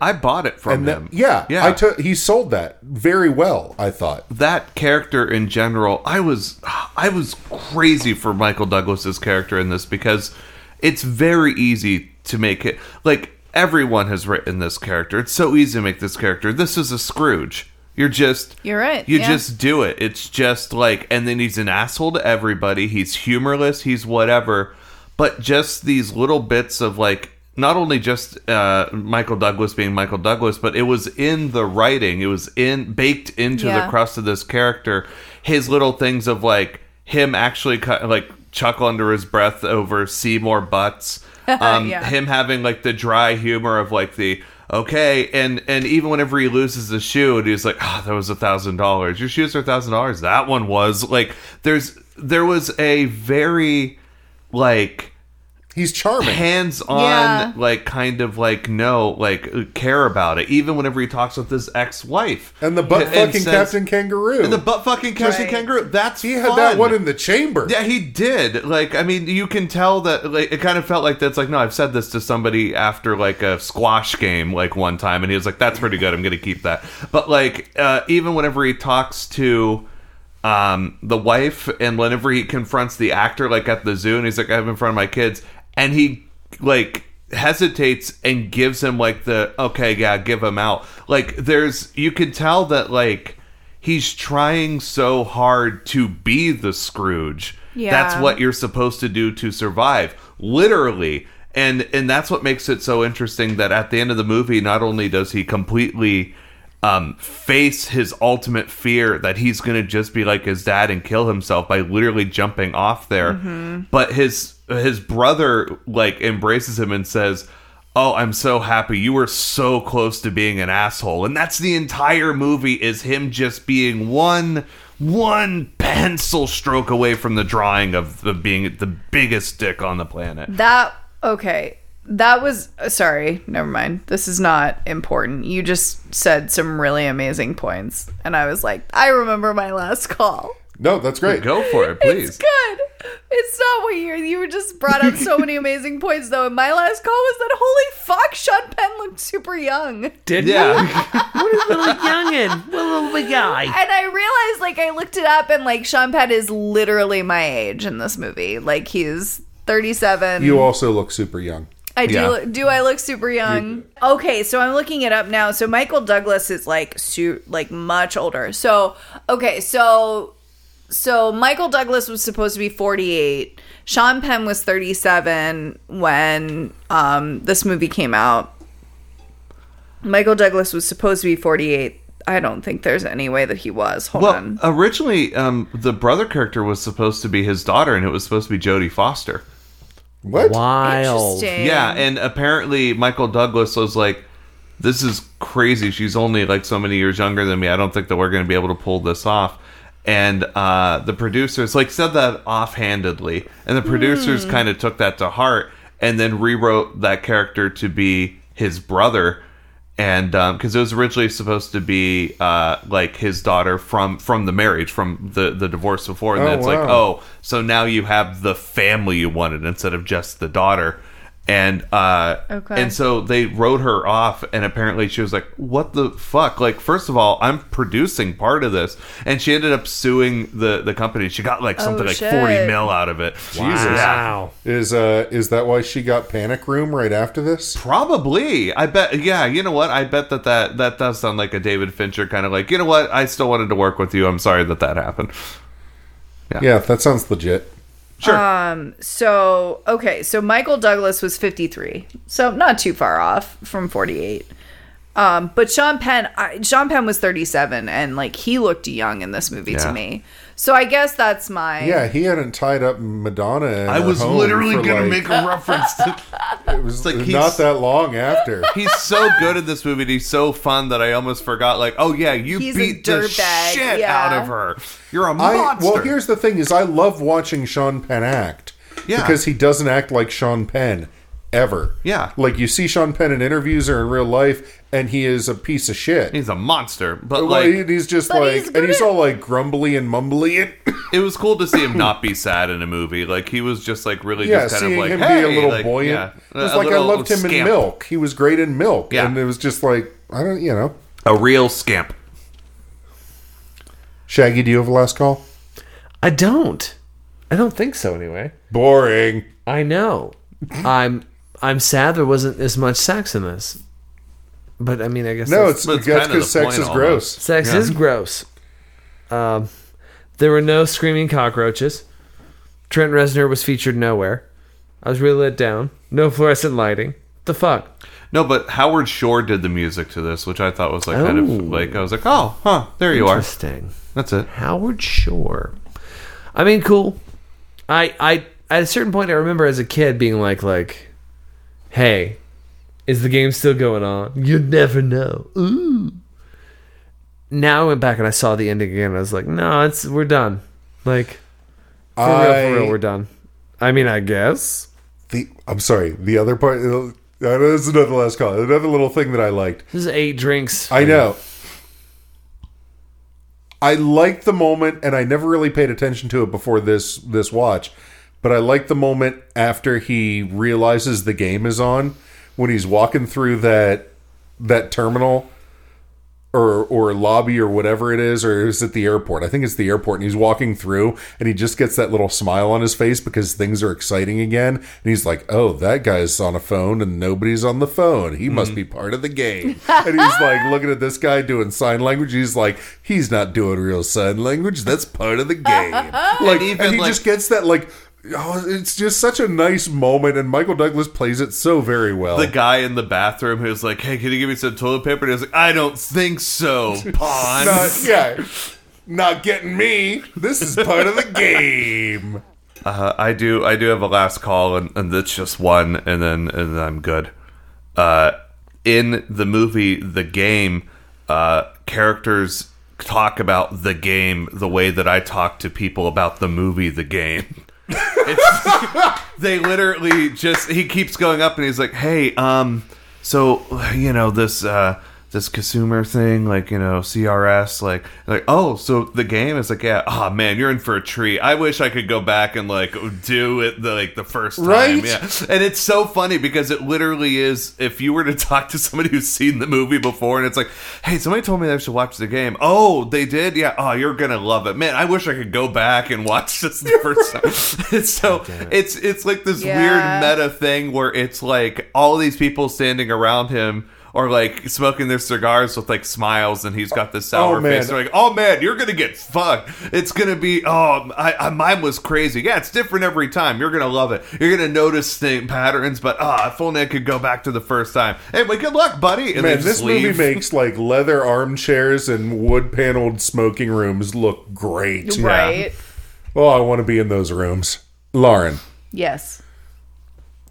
I bought it from
And that,
him.
yeah,
Yeah.
I took. He sold that very well. I thought.
that character in general, I was I was crazy for Michael Douglas's character in this because it's very easy to make it like everyone has written this character. It's so easy to make this character. This is a Scrooge. You're just
You're right,
You
yeah.
just do it. It's just like and then he's an asshole to everybody. He's humorless, he's whatever. But just these little bits of like not only just uh, Michael Douglas being Michael Douglas, but it was in the writing. It was in baked into
Yeah.
the crust of this character. His little things of like him actually cut, like chuckle under his breath over Seymour Butts. Um,
Yeah.
Him having like the dry humor of like the okay, and and even whenever he loses the shoe, and he's like, oh, that was a thousand dollars. Your shoes are a thousand dollars. That one was like there's there was a very like
He's charming.
hands on
Yeah.
like kind of like no like care about it even whenever he talks with his ex-wife
and the butt
And
fucking
says-
Captain Kangaroo.
and the butt fucking captain
Right.
kangaroo that's
he had that
fun.
one in the chamber.
yeah he did like i mean you can tell that like it kind of felt like that's like no i've said this to somebody after like a squash game like one time and he was like that's pretty good i'm gonna keep that but like uh even whenever he talks to um, the wife, and whenever he confronts the actor, like at the zoo, and he's like, "I have in front of my kids," and he like hesitates and gives him like the okay, yeah, give him out. Like there's, you can tell that like he's trying so hard to be the Scrooge.
Yeah.
that's what you're supposed to do to survive, literally. And and that's what makes it so interesting that at the end of the movie, not only does he completely um, face his ultimate fear that he's going to just be like his dad and kill himself by literally jumping off there. But his his brother like embraces him and says, "Oh, I'm so happy. You were so close to being an asshole." And that's the entire movie is him just being one one pencil stroke away from the drawing of the being the biggest dick on the planet.
That okay. That was uh, sorry, never mind. This is not important. You just said some really amazing points and I was like, I remember my last call.
No, that's great.
Go for it,
It's
please.
good. It's not what you you were just brought up so many amazing points though. And my last call was that holy fuck, Sean Penn looked super young.
Did
Yeah.
little youngin, little, little guy.
And I realized, like, I looked it up, and like, Sean Penn is literally my age in this movie. Like, he's thirty-seven.
You also look super young.
I do.
Yeah.
look- Do I look super young? Okay, so I'm looking it up now. So Michael Douglas is like su- like much older. So okay, so so Michael Douglas was supposed to be 48. Sean Penn was 37 when um, this movie came out. Michael Douglas was supposed to be 48. I don't think there's any way that he was. Hold
Well, uh,
on.
originally, um, the brother character was supposed to be his daughter, and it was supposed to be Jodie Foster.
What?
Wild.
Interesting.
Yeah, and apparently Michael Douglas was like, "This is crazy. She's only like so many years younger than me. I don't think that we're going to be able to pull this off." And uh, the producers like said that offhandedly, and the producers kind of took that to heart, and then rewrote that character to be his brother, and because it was originally supposed to be uh, like his daughter from from the marriage, from the the divorce before, and
Oh,
then it's like,
wow.
oh, oh, so now you have the family you wanted instead of just the daughter. And uh
Okay.
and so they wrote her off and apparently she was like, What the fuck? Like, first of all, I'm producing part of this and she ended up suing the the company. She got like something like forty
Oh, shit.
mil out of it.
Wow.
Is uh is that why she got panic room right after this?
Probably. I bet. Yeah. You know what? I bet that that, that does sound like a David Fincher kind of like, you know what? I still wanted to work with you. I'm sorry that that happened.
Yeah, that sounds legit.
Sure.
Ah. So, okay, so Michael Douglas was 53. So, not too far off from 48. Um, but Sean Penn, I, Sean Penn was 37 and like he looked young in this movie
Yeah.
to me. So, I guess that's my
Yeah, he hadn't tied up Madonna. in
I
her
was
home
literally
for,
going to make
like-
a reference to.
It was
like
not
he's-
that long after.
He's so good in this movie. And he's so fun that I almost forgot. Like, oh yeah, you
He's a
beat the
dirtbag,
shit
yeah.
out of her. You're a
I
monster.
well, here's the thing: is I love watching Sean Penn act
Yeah.
because he doesn't act like Sean Penn ever.
Yeah.
like you see Sean Penn in interviews or in real life, and he is a piece of shit.
he's a monster. But
Well,
like,
and he's just
But
like,
he's good
and he's
at-
all like grumbly and mumbly. And,
it was cool to see him not be sad in a movie. Like he was just like really
yeah,
just kind
seeing
of like
him
hey,
be a little
like,
buoyant.
yeah,
It was
a
like I
little
loved him in
scamp.
Milk. He was great in Milk.
Yeah.
and it was just like I don't, you know,
A real scamp.
Shaggy. Do you have a last call?
I don't. I don't think so. Anyway,
Boring.
I know. I'm. I'm sad there wasn't as much sex in this. But I mean, I guess
No,
that's-
it's
that's
that's
kinda
because
the
sex
point
is
almost.
gross.
Sex is gross. Um, there were no screaming cockroaches. Trent Reznor was featured nowhere. I was really let down. No fluorescent lighting. The fuck?
No, but Howard Shore did the music to this, which I thought was like kind of
Oh.
like I was like, oh, huh, there you are.
Interesting.
That's it.
Howard Shore. I mean, cool. I, I, at a certain point, I remember as a kid being like, like, hey, is the game still going on? You'd never know. Ooh. Now I went back and I saw the ending again. And I was like, no, it's we're done. Like, for
I-
real, for real, we're done. I mean, I guess.
The I'm sorry. The other part. uh, That is another last call. Another little thing that I liked.
This is eight drinks.
I know. I liked the moment, and I never really paid attention to it before this this watch, but I liked the moment after he realizes the game is on when he's walking through that that terminal or or lobby or whatever it is, or is it the airport? I think it's the airport, and he's walking through, and he just gets that little smile on his face because things are exciting again, and he's like, "Oh, that guy's on a phone, and nobody's on the phone. He
Mm-hmm.
must be part of the game." and he's like looking at this guy doing sign language. He's like, "He's not doing real sign language. That's part of the game." like, and,
even,
he
like-
just gets that like. Oh, it's just such a nice moment, and Michael Douglas plays it so very well.
the guy in the bathroom who's like, "Hey, can you give me some toilet paper?" And he was like, "I don't think so, Pon."
not, yeah, not getting me. This is part of the game.
uh, I do, I do have a last call, and, and that's just one, and then and then I'm good. Uh, in the movie, the game, uh, characters talk about the game the way that I talk to people about the movie, the game. It's- they literally just he keeps going up and he's like, "Hey, um, so you know this uh, this consumer thing, like you know CRS, like like oh, so the game is like, yeah, oh man, you're in for a treat. I wish I could go back and like do it the, like the first time,
Right?
yeah. And it's so funny because it literally is. If you were to talk to somebody who's seen the movie before, and it's like, "Hey, somebody told me I should watch the game. Oh, they did. Yeah. Oh, you're gonna love it, man. I wish I could go back and watch this the first time." It's so it's it's like this
Yeah.
weird meta thing where it's like all these people standing around him. Or like smoking their cigars with like smiles, and he's got this sour
man.
face. They're like, "Oh man, you're gonna get fucked. It's gonna be oh, I, I, mine was crazy. Yeah, it's different every time. You're gonna love it. You're gonna notice thing, patterns. But ah, if only I could go back to the first time. Anyway, good luck, buddy. And they
Man,
just
this
leave.
movie makes like leather armchairs and wood paneled smoking rooms look great.
Right.
Oh, I want to be in those rooms. Lauren,
Yes.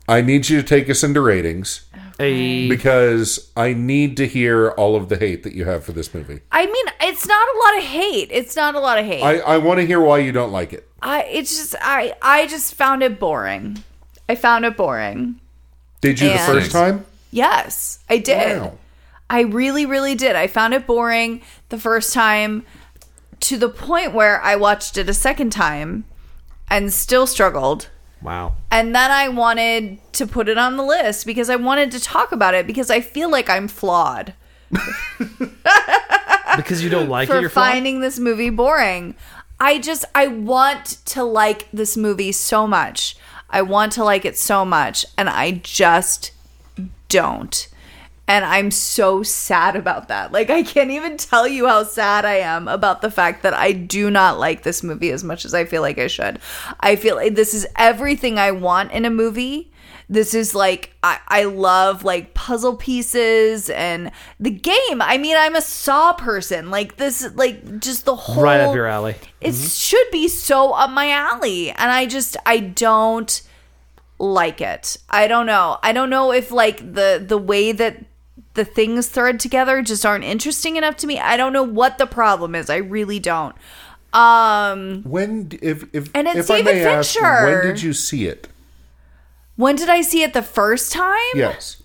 I need you to take us into ratings
Hey.
because I need to hear all of the hate that you have for this movie.
I mean, it's not a lot of hate. It's not a lot of hate. I,
I, I want to hear why you don't like it.
it's just I I just found it boring. I found it boring.
Did you the
And-
first time?
Yes, I did.
Wow.
I really, really did. I found it boring the first time to the point where I watched it a second time and still struggled.
Wow.
And then I wanted to put it on the list because I wanted to talk about it because I feel like I'm flawed
Because you don't like it,
for
you're fine.
finding this movie boring. I just I want to like this movie so much. I want to like it so much and I just don't. And I'm so sad about that. Like I can't even tell you how sad I am about the fact that I do not like this movie as much as I feel like I should. I feel like this is everything I want in a movie. This is like I, I love like puzzle pieces and the game. I mean, I'm a saw person. Like this like just the whole
Right up your alley.
It should be so up my alley. And I just I don't like it. I don't know. I don't know if like the the way that the things thread together just aren't interesting enough to me. I don't know what the problem is. I really don't. Um
When d- if if
And it's
if I
David
may ask,
Fincher.
when did you see it?
when did I see it the first time?
Yes.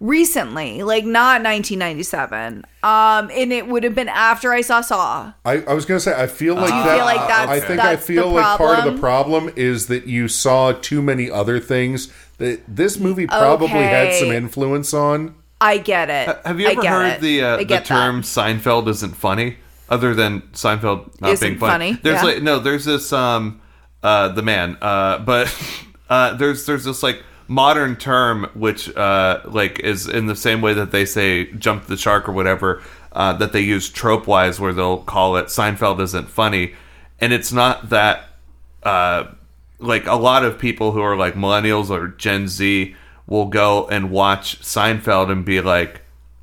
Recently, like not 1997. Um and it would have been after I saw Saw.
I, I was gonna say I feel like
you
that.
feel like that's-
I think I
that's the
feel like part of the
problem?
problem is that you saw too many other things that this movie probably had
Okay.
some influence on.
I get it.
Have you
I
ever
get
heard
it.
the uh,
I
the
get that.
term "Seinfeld isn't funny"? Other than Seinfeld not
Isn't
being funny,
funny,
there's
yeah.
like no, there's this um, uh, the man, uh, but uh, there's there's this like modern term which uh, like is in the same way that they say "jump the shark" or whatever uh, that they use trope wise, where they'll call it "Seinfeld isn't funny," and it's not that uh, like a lot of people who are like millennials or Gen Z will go and watch Seinfeld and be like,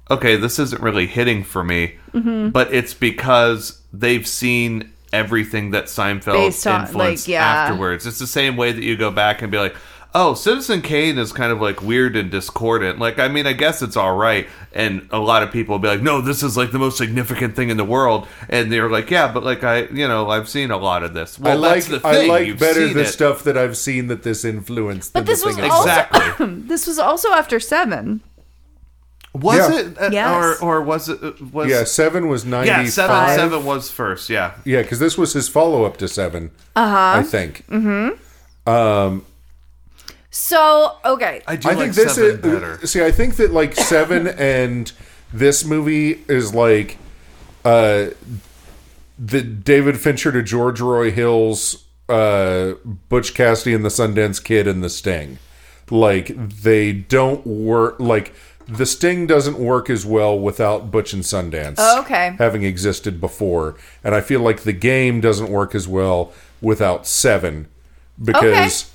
okay, this isn't really hitting for me.
Mm-hmm.
But it's because they've seen everything that Seinfeld
Based on- like,
influenced
yeah.
afterwards. It's the same way that you go back and be like, oh, Citizen Kane is kind of like weird and discordant. Like, I mean, I guess it's all right. And a lot of people will be like, no, this is like the most significant thing in the world. And they're like, yeah, but like, I, you know, I've seen a lot of this. Well,
I like
that's the
I
thing.
like
You've
better
seen
the
it.
stuff that I've seen that this influenced.
But
than
this
the
was
thing I-
also
Exactly.
this was also after 7.
Was
Yeah.
it? uh,
Yes.
Or or was it? uh, Was
yeah seven was ninety
yeah?
five.
Seven seven was first. Yeah.
Yeah, because this was his follow up to Seven. Uh
Uh-huh.
huh. I think.
So, okay.
I do
I
like
think this
seven
is
better.
see. I think that like Seven and this movie is like uh the David Fincher to George Roy Hill's uh Butch Cassidy and the Sundance Kid and the Sting. Like they don't work. Like the Sting doesn't work as well without Butch and Sundance.
Oh,
okay.
having existed before, and I feel like the game doesn't work as well without Seven because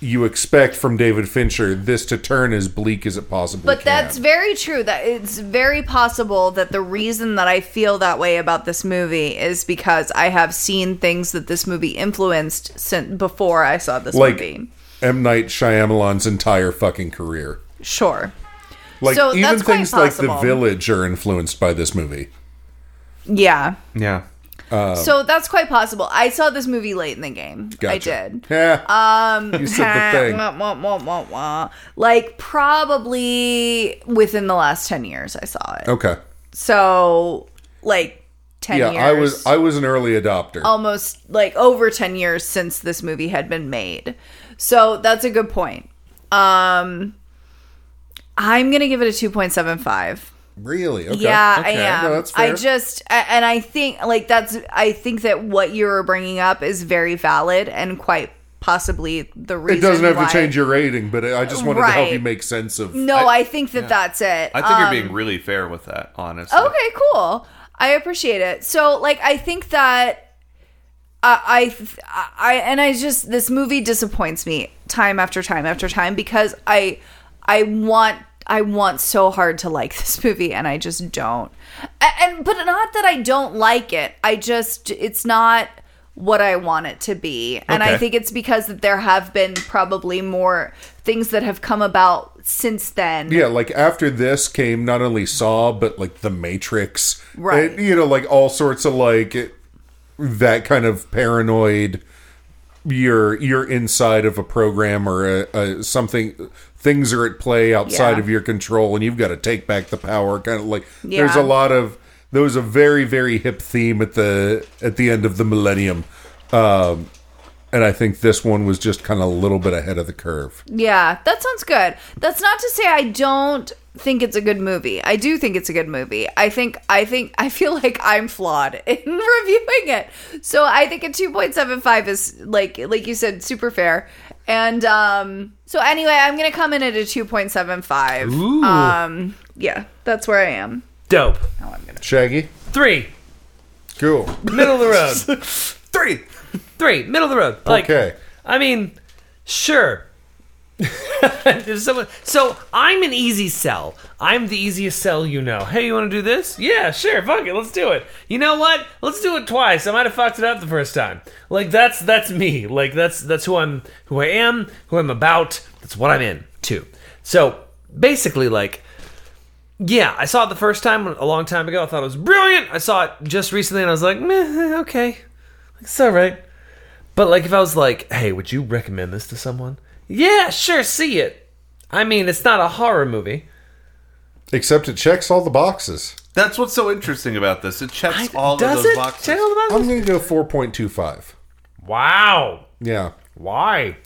you expect from David Fincher this to turn as bleak as it possibly
But
can.
that's very true. That it's very possible that the reason that I feel that way about this movie is because I have seen things that this movie influenced since before I saw this
like
movie.
M Night Shyamalan's entire fucking career.
Sure.
Like
So
even
that's quite
things like The
possible.
Village are influenced by this movie.
Yeah.
Yeah.
so that's quite possible. I saw this movie late in the game. I did.
Yeah. Um, you said the thing.
Wah, wah, wah, wah, wah. Like probably within the last ten years, I saw it.
Okay.
So like ten
Oh. Yeah,
years.
I was I was an early adopter.
Oh, almost like over 10 years since this movie had been made. So that's a good point. Um I'm going to give it a 2.75.
really? Okay.
Yeah,
Okay.
I am.
No, that's fair.
I just a- and I think like that's I think that what you're bringing up is very valid and quite possibly the reason
it doesn't have
why.
to change your rating, but I just wanted to help
Right.
you make sense of.
No, I, think that that's it.
I think you're being really fair with that, honestly.
Okay, cool. I appreciate it. So, like, I think that I, I, th- I, and I just this movie disappoints me time after time after time because I, I want, I want so hard to like this movie and I just don't. A- And but not that I don't like it. I just it's not what I want it to be, and I
Okay.
think it's because that there have been probably more things that have come about since then.
Yeah, like after this came not only Saw but like The Matrix,
Right.
And, you know, like all sorts of like it- that kind of paranoid. You're you're inside of a program or a, a something. Things are at play outside
Yeah.
of your control, and you've got to take back the power. Kind of like there's
Yeah.
a lot of there was a very very hip theme at the at the end of the millennium. Um, and I think this one was just kind of a little bit ahead of the curve.
Yeah, that sounds good. That's not to say I don't think it's a good movie. I do think it's a good movie. I think I think I feel like I'm flawed in reviewing it. So I think a 2.75 is like like you said super fair. And um so anyway, I'm going to come in at a 2.75.
Ooh.
Um yeah, that's where I am.
Dope.
Shaggy,
Three.
cool.
Middle of the road.
Three.
three, middle of the road. Like,
Okay.
I mean, sure. If someone- so I'm an easy sell. I'm the easiest sell you know. Hey, you want to do this? Yeah, sure. Fuck it, let's do it. You know what? Let's do it twice. I might have fucked it up the first time. Like that's that's me. Like that's that's who I'm who I am, who I'm about. That's what I'm in too. So basically, like yeah, I saw it the first time a long time ago. I thought it was brilliant. I saw it just recently and I was like, meh, okay. It's all right. But like if I was like, hey, would you recommend this to someone? Yeah, sure, see it. I mean, it's not a horror movie.
Except it checks all the boxes.
That's what's so interesting about this. It checks all of
Does
those
it?
boxes.
Check all the boxes?
I'm going to go 4.25.
wow.
Yeah.
Why?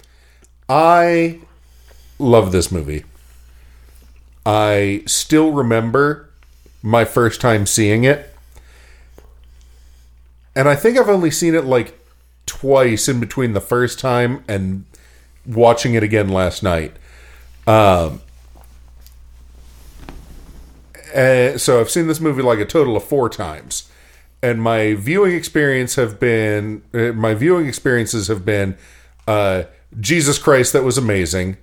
I love this movie. I still remember my first time seeing it. And I think I've only seen it like twice in between the first time and watching it again last night. Um, eh, so I've seen this movie like a total of four times. And my viewing experience have been eh, my viewing experiences have been uh, Jesus Christ, that was amazing.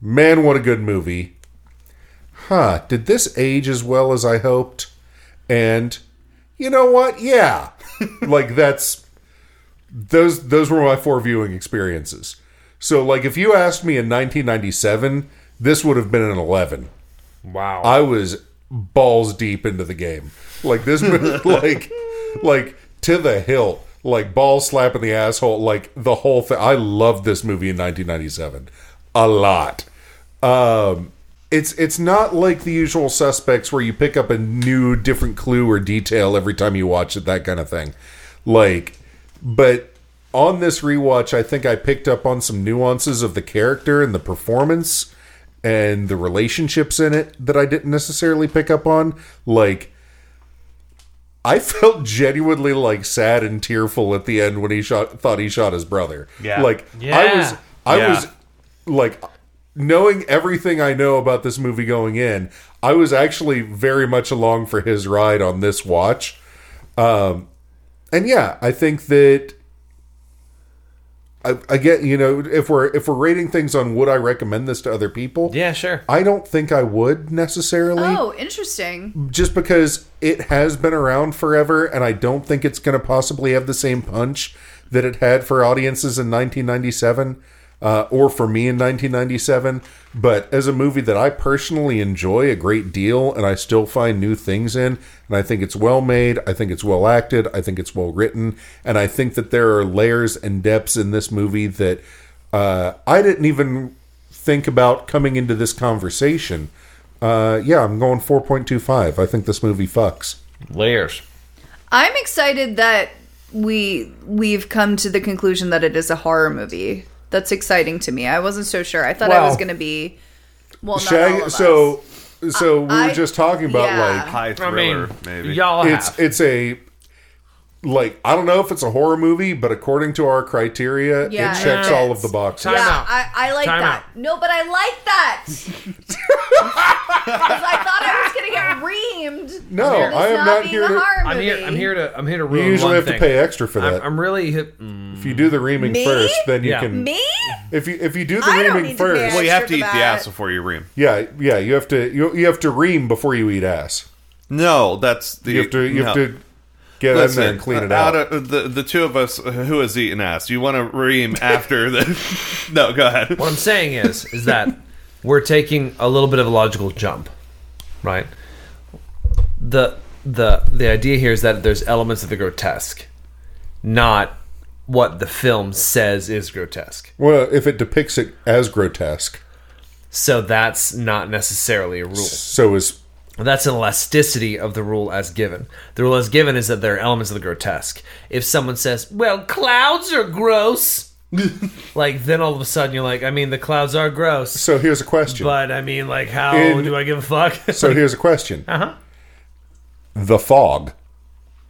Man, what a good movie. Huh, did this age as well as I hoped? And you know what? Yeah. like that's those those were my four viewing experiences. So like if you asked me in 1997, this would have been an 11.
Wow.
I was balls deep into the game. Like this, movie, like, like to the hilt, like ball slap in the asshole, like the whole thing. I loved this movie in 1997 a lot. Um, it's it's not like the usual suspects where you pick up a new different clue or detail every time you watch it, that kind of thing. Like, but on this rewatch, I think I picked up on some nuances of the character and the performance and the relationships in it that I didn't necessarily pick up on. Like, I felt genuinely like sad and tearful at the end when he shot thought he shot his brother.
Yeah.
Like I
Yeah.
was I
Yeah.
was like knowing everything I know about this movie going in, I was actually very much along for his ride on this watch. Um and yeah, I think that I, again, you know, if we're if we're rating things on would I recommend this to other people?
yeah, sure.
I don't think I would necessarily
Oh, interesting.
just because it has been around forever and I don't think it's going to possibly have the same punch that it had for audiences in 1997. uh, or for me in 1997, but as a movie that I personally enjoy a great deal and I still find new things in. And I think it's well made, I think it's well acted, I think it's well written, and I think that there are layers and depths in this movie that uh, I didn't even think about coming into this conversation. Uh, yeah, I'm going 4.25. I think this movie fucks.
Layers.
I'm excited that we we've come to the conclusion that it is a horror movie. That's exciting to me. I wasn't so sure. I thought I
Wow.
was going to be well. Not all
Shag-
of us.
so, so we were
I-
just talking about
yeah.
like
High
I
thriller,
mean,
maybe.
y'all have.
it's it's a like I don't know if it's a horror movie, but according to our criteria,
Yeah,
it
it
checks all of the
fits.
boxes.
Time
yeah,
out.
I, I like
Time
that.
out.
No, but I like that. 'Cause I thought I was going to get reamed.
No,
for this
I am not
being
here
a
to-
horror
I'm here.
movie.
I'm here to. I'm here to
You
ruin
usually
one
have
thing.
to pay extra for that.
I'm, I'm really. Hip- mm.
if you do the reaming
Me?
first, then you
Yeah.
can.
Me?
If you if you do the
I don't need
reaming
to pay
first,
Well, you have to
Extra
eat
for
the
that.
ass before you ream.
yeah, yeah, you have to you, you have to ream before you eat ass.
No, that's the
You have to you have
no. uh,
to get in there and clean it out.
of- the, the two of us, uh, who has eaten ass? You want to ream after the? no, go ahead.
What I'm saying is, is that we're taking a little bit of a logical jump, right? The the the idea here is that there's elements of the grotesque, not what the film says is grotesque.
well, if it depicts it as grotesque,
So that's not necessarily a rule.
so is
That's an elasticity of the rule as given. The rule as given is that there are elements of the grotesque. If someone says, "Well, clouds are gross," like then all of a sudden you're like, "I mean, the clouds are gross."
so. Here's a question.
But I mean, like, how
In-
do I give a fuck?
so here's a question. Uh
Uh-huh.
The fog,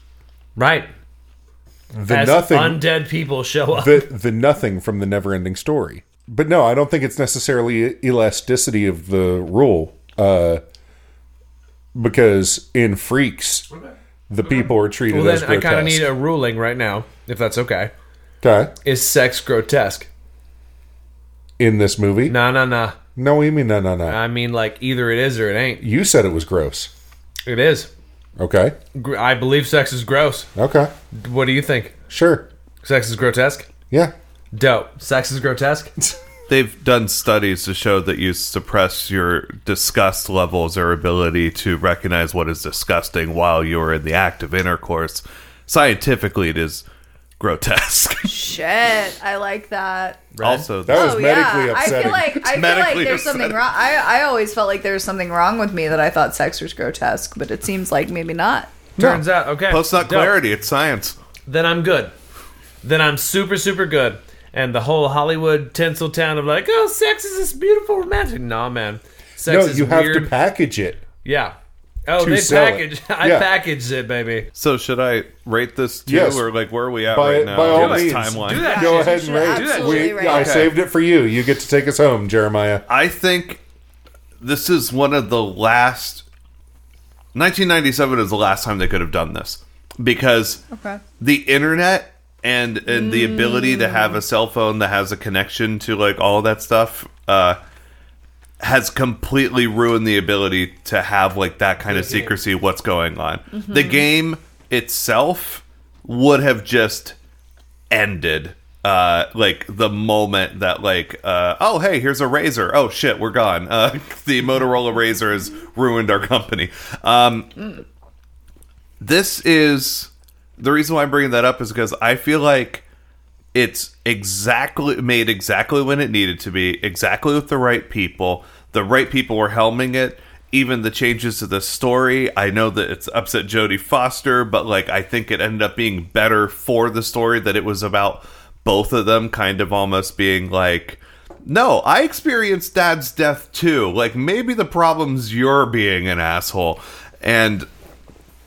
right.
the
As
nothing,
undead people show up.
the the nothing from the never ending story. But no, I don't think it's necessarily e, elasticity of the rule. Uh because in freaks the people are treated
well, then
as
I
grotesque.
kind of need a ruling right now, if that's okay.
okay.
Is sex grotesque?
In this movie. No,
Nah, nah, nah.
no you mean no no no.
I mean, like, either it is or it ain't.
you said it was gross.
It is.
Okay.
Gr- I believe sex is gross.
Okay.
What do you think?
Sure.
Sex is grotesque?
Yeah.
Dope. Sex is grotesque?
They've done studies to show that you suppress your disgust levels or ability to recognize what is disgusting while you're in the act of intercourse. Scientifically, it is grotesque.
Shit, I like that.
also,
That was
Oh
medically
yeah, I
upsetting.
feel like I feel like
medically
there's something
upsetting.
wrong. I, I always felt like there was something wrong with me that I thought sex was grotesque, but it seems like maybe not.
Turns out, okay.
post not
Dope.
clarity. It's science.
Then I'm good. Then I'm super, super good. And the whole Hollywood tinsel town of like, oh, sex is this beautiful romantic. Nah, man. Sex
no,
is
you have
weird.
to package it.
Yeah. Oh,
to
they
sell it.
package. I
Yeah.
packaged it, baby.
So, should I rate this too,
Yes.
or like where are we at
By-
right now?
by all
this
means.
timeline.
Do that.
Go
shit.
ahead and
should
rate. it.
absolutely
We,
rate
I
it.
saved it for you. You get to take us home, Jeremiah.
I think this is one of the last. 1997 is the last time they could have done this because
Okay.
the internet and and the ability to have a cell phone that has a connection to like all that stuff uh, has completely ruined the ability to have like that kind of secrecy of what's going on. The game itself would have just ended uh like the moment that like uh oh hey here's a razor oh shit we're gone uh the motorola razor has ruined our company um this is the reason why i'm bringing that up is because i feel like it's exactly made exactly when it needed to be exactly with the right people the right people were helming it even the changes to the story i know that it's upset jodie foster but like i think it ended up being better for the story that it was about both of them kind of almost being like no, I experienced dad's death too. Like, maybe the problem's you're being an asshole. And,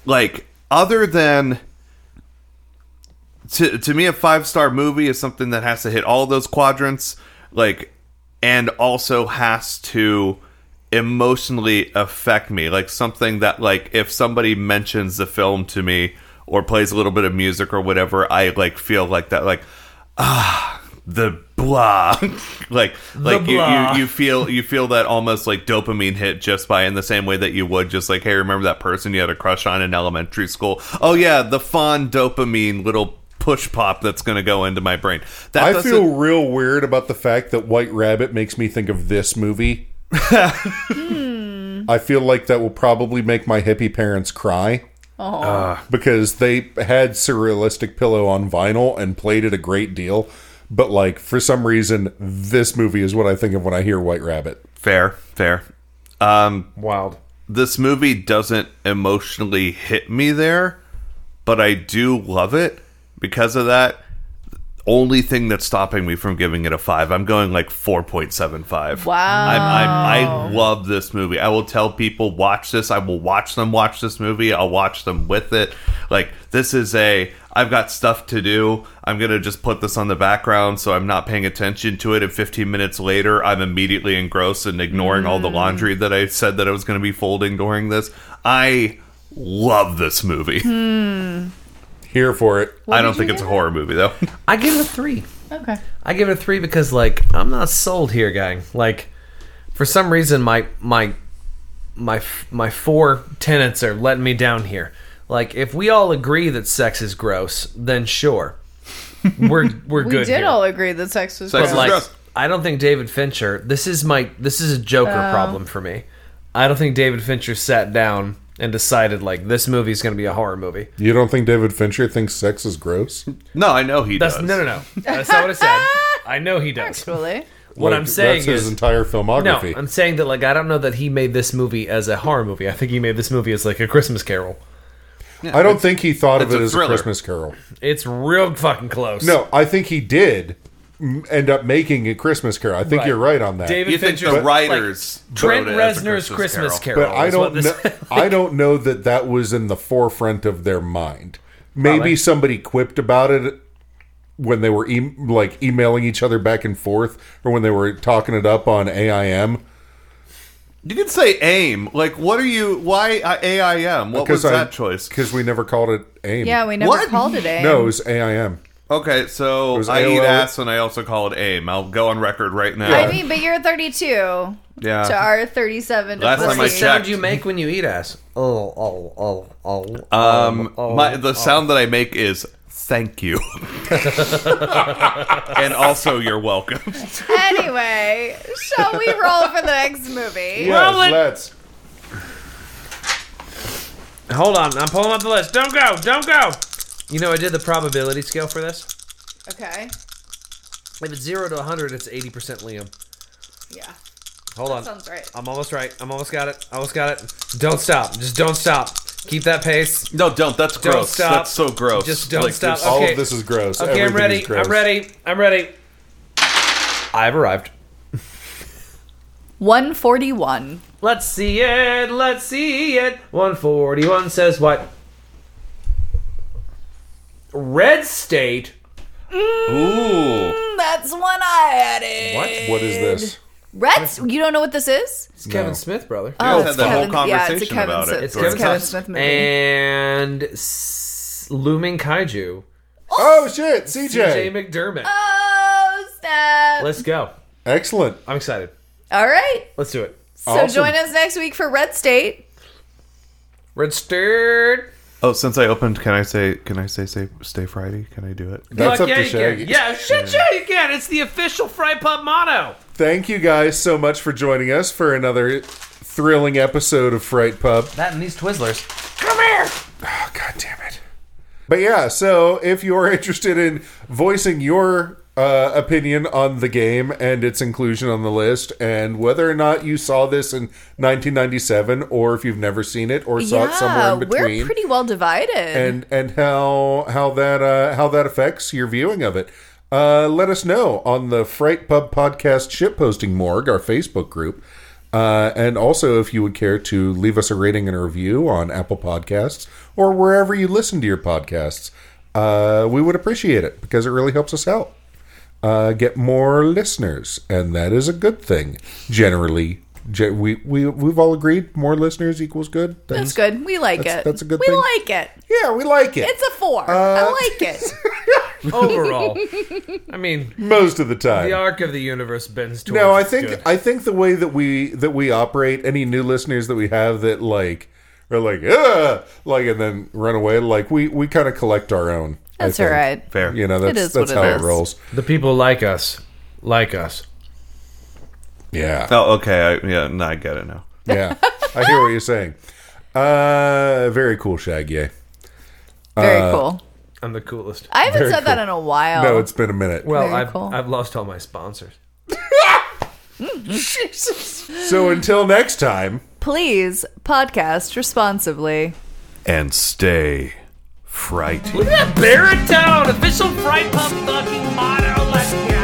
like, other than to to me a five star movie is something that has to hit all those quadrants like and also has to emotionally affect me like something that like if somebody mentions the film to me or plays a little bit of music or whatever i like feel like that like ah the blah like like you,
blah.
you you feel you feel that almost like dopamine hit just by in the same way that you would just like hey remember that person you had a crush on in elementary school oh yeah the fond dopamine little push pop that's going to go into my brain. That
I
doesn't-
feel real weird about the fact that White Rabbit makes me think of this movie. I feel like that will probably make my hippie parents cry. Because they had Surrealistic Pillow on vinyl and played it a great deal. But, like, for some reason, this movie is what I think of when I hear White Rabbit.
fair, fair. Um,
Wild.
this movie doesn't emotionally hit me there, but I do love it because of that. Only thing that's stopping me from giving it a five, I'm going like four point seven five.
Wow.
I'm, I'm, I love this movie. I will tell people watch this. I will watch them watch this movie. I'll watch them with it. Like this is a I've got stuff to do. I'm gonna just put this on the background so I'm not paying attention to it. And 15 minutes later, I'm immediately engrossed and ignoring all the laundry that I said that I was gonna be folding during this. I love this movie.
Here for it.
I don't think it's a horror movie though.
I give it a three.
Okay.
I give it a three because like I'm not sold here, gang. Like for some reason my my my my four tenants are letting me down here. Like if we all agree that sex is gross, then sure, we're we're
We
good.
did
here.
all agree that sex was
Sex
gross.
is
But, like
gross.
I don't think David Fincher. This is my this is a Joker
Oh.
problem for me. I don't think David Fincher sat down and decided like this movie is going to be a horror movie.
You don't think David Fincher thinks sex is gross?
no, I know he
That's
does.
no no no. That's not what I said. I know he does.
Actually,
What
Like,
I'm saying
that's his
is
entire
No,
filmography.
I'm saying that like I don't know that he made this movie as a horror movie. I think he made this movie as like a Christmas Carol.
I don't think he thought of
it's
it
a
as
thriller.
a Christmas Carol.
It's real fucking close.
No, I think he did m- end up making a Christmas Carol. I think you're right on that.
David
You think
Fincher-
the
like,
writers
Trent
wrote it as a
Reznor's Christmas,
Carol.
Carol.
but I
is what
don't know,
this-
I don't know that that was in the forefront of their mind. Maybe
Probably.
somebody quipped about it when they were e- like emailing each other back and forth or when they were talking it up on AIM
You can say aim. Like, what are you? Why uh, AIM? What was that choice?
cuz we never called it AIM.
yeah, we never
What?
called it a.
No, it was AIM.
Okay, so
was
I eat
AOL.
ass and I also call it aim. I'll go on record right now.
I mean, but you're 32.
yeah.
to our 37 to
Last time I
the
40.
sound
checked.
you make when you eat ass. Oh oh oh oh.
um, my, the sound that I make is thank you, and also you're welcome.
anyway, shall we roll for the next movie?
Yes, let's.
Hold on, I'm pulling up the list. Don't go, don't go. You know I did the probability scale for this.
Okay.
If it's zero to hundred, it's eighty percent Liam.
Yeah.
Hold on.
sounds right.
I'm almost right. I'm almost got it. Almost got it. Don't stop. Just don't stop. Keep that pace.
No, don't. That's
Don't
gross.
stop.
That's so gross.
Just don't
Like,
stop.
this-
All
Okay.
of this is gross.
Okay, I'm
Everything
ready.
is gross.
I'm ready. I'm ready. I've arrived.
141.
Let's see it. Let's see it. 141 says what? Red State.
Ooh,
Mm, That's one I added.
What is this?
Reds? You don't know what this is?
It's Kevin Smith, brother.
guys had
it's
that whole
yeah, it's a
conversation
Kevin
about it.
Smith.
It's
It's
Kevin
Kevin Smith movie.
And s- looming kaiju.
Oh shit, CJ.
DJ McDermott.
Uh, oh, snap.
Let's go.
Excellent.
I'm excited.
All right.
Let's do it.
So
Awesome.
join us next week for Red State.
Red State.
oh! Since I opened, can I say? Can I say? Say stay Friday? Can I do it?
That's
Fuck
up
yeah,
to
you can.
Shaggy.
Yeah, shit, yeah, you can. It's the official Fry Pub motto.
Thank you guys so much for joining us for another thrilling episode of Fright Pub.
That and these Twizzlers.
Oh, God damn it. But yeah, so if you're interested in voicing your uh, opinion on the game and its inclusion on the list, and whether or not you saw this in 1997, or if you've never seen it, or saw it somewhere
yeah,
in between,
we're pretty well divided.
and and how how that uh, how that affects your viewing of it. Uh, let us know on the Fright Pub Podcast Shitposting Morgue, our Facebook group. Uh, and also, if you would care to leave us a rating and a review on Apple Podcasts or wherever you listen to your podcasts, uh, we would appreciate it because it really helps us out. Uh, get more listeners, and that is a good thing. Generally, Ge- we, we, we've all agreed more listeners equals good.
that's good. We like
that's-
it.
that's a good
we
thing.
like it.
Yeah, we like it.
It's a four.
Uh,
I like it.
Overall, I mean,
most of the time.
the arc of the universe bends towards.
no, I think
good.
I think the way that we that we operate, any new listeners that we have that like are like, Ugh! like, and then run away, like we we kind of collect our own.
That's
think.
all right.
Fair.
You know, that's
is
that's
what
how
it
it
is.
rolls.
The people like us, like us.
Yeah.
Oh, okay. I, yeah, no, I get it now.
Yeah. I hear what you're saying. Uh very cool, Shag, yeah.
Very cool.
I'm the coolest.
I haven't said that in a while.
No, it's been a minute.
well,
Very
I've,
cool.
I've lost all my sponsors.
so until next time.
Please podcast responsibly.
And stay frightened.
Look at that Barrett Town official Fright Pub fucking motto. Let's go.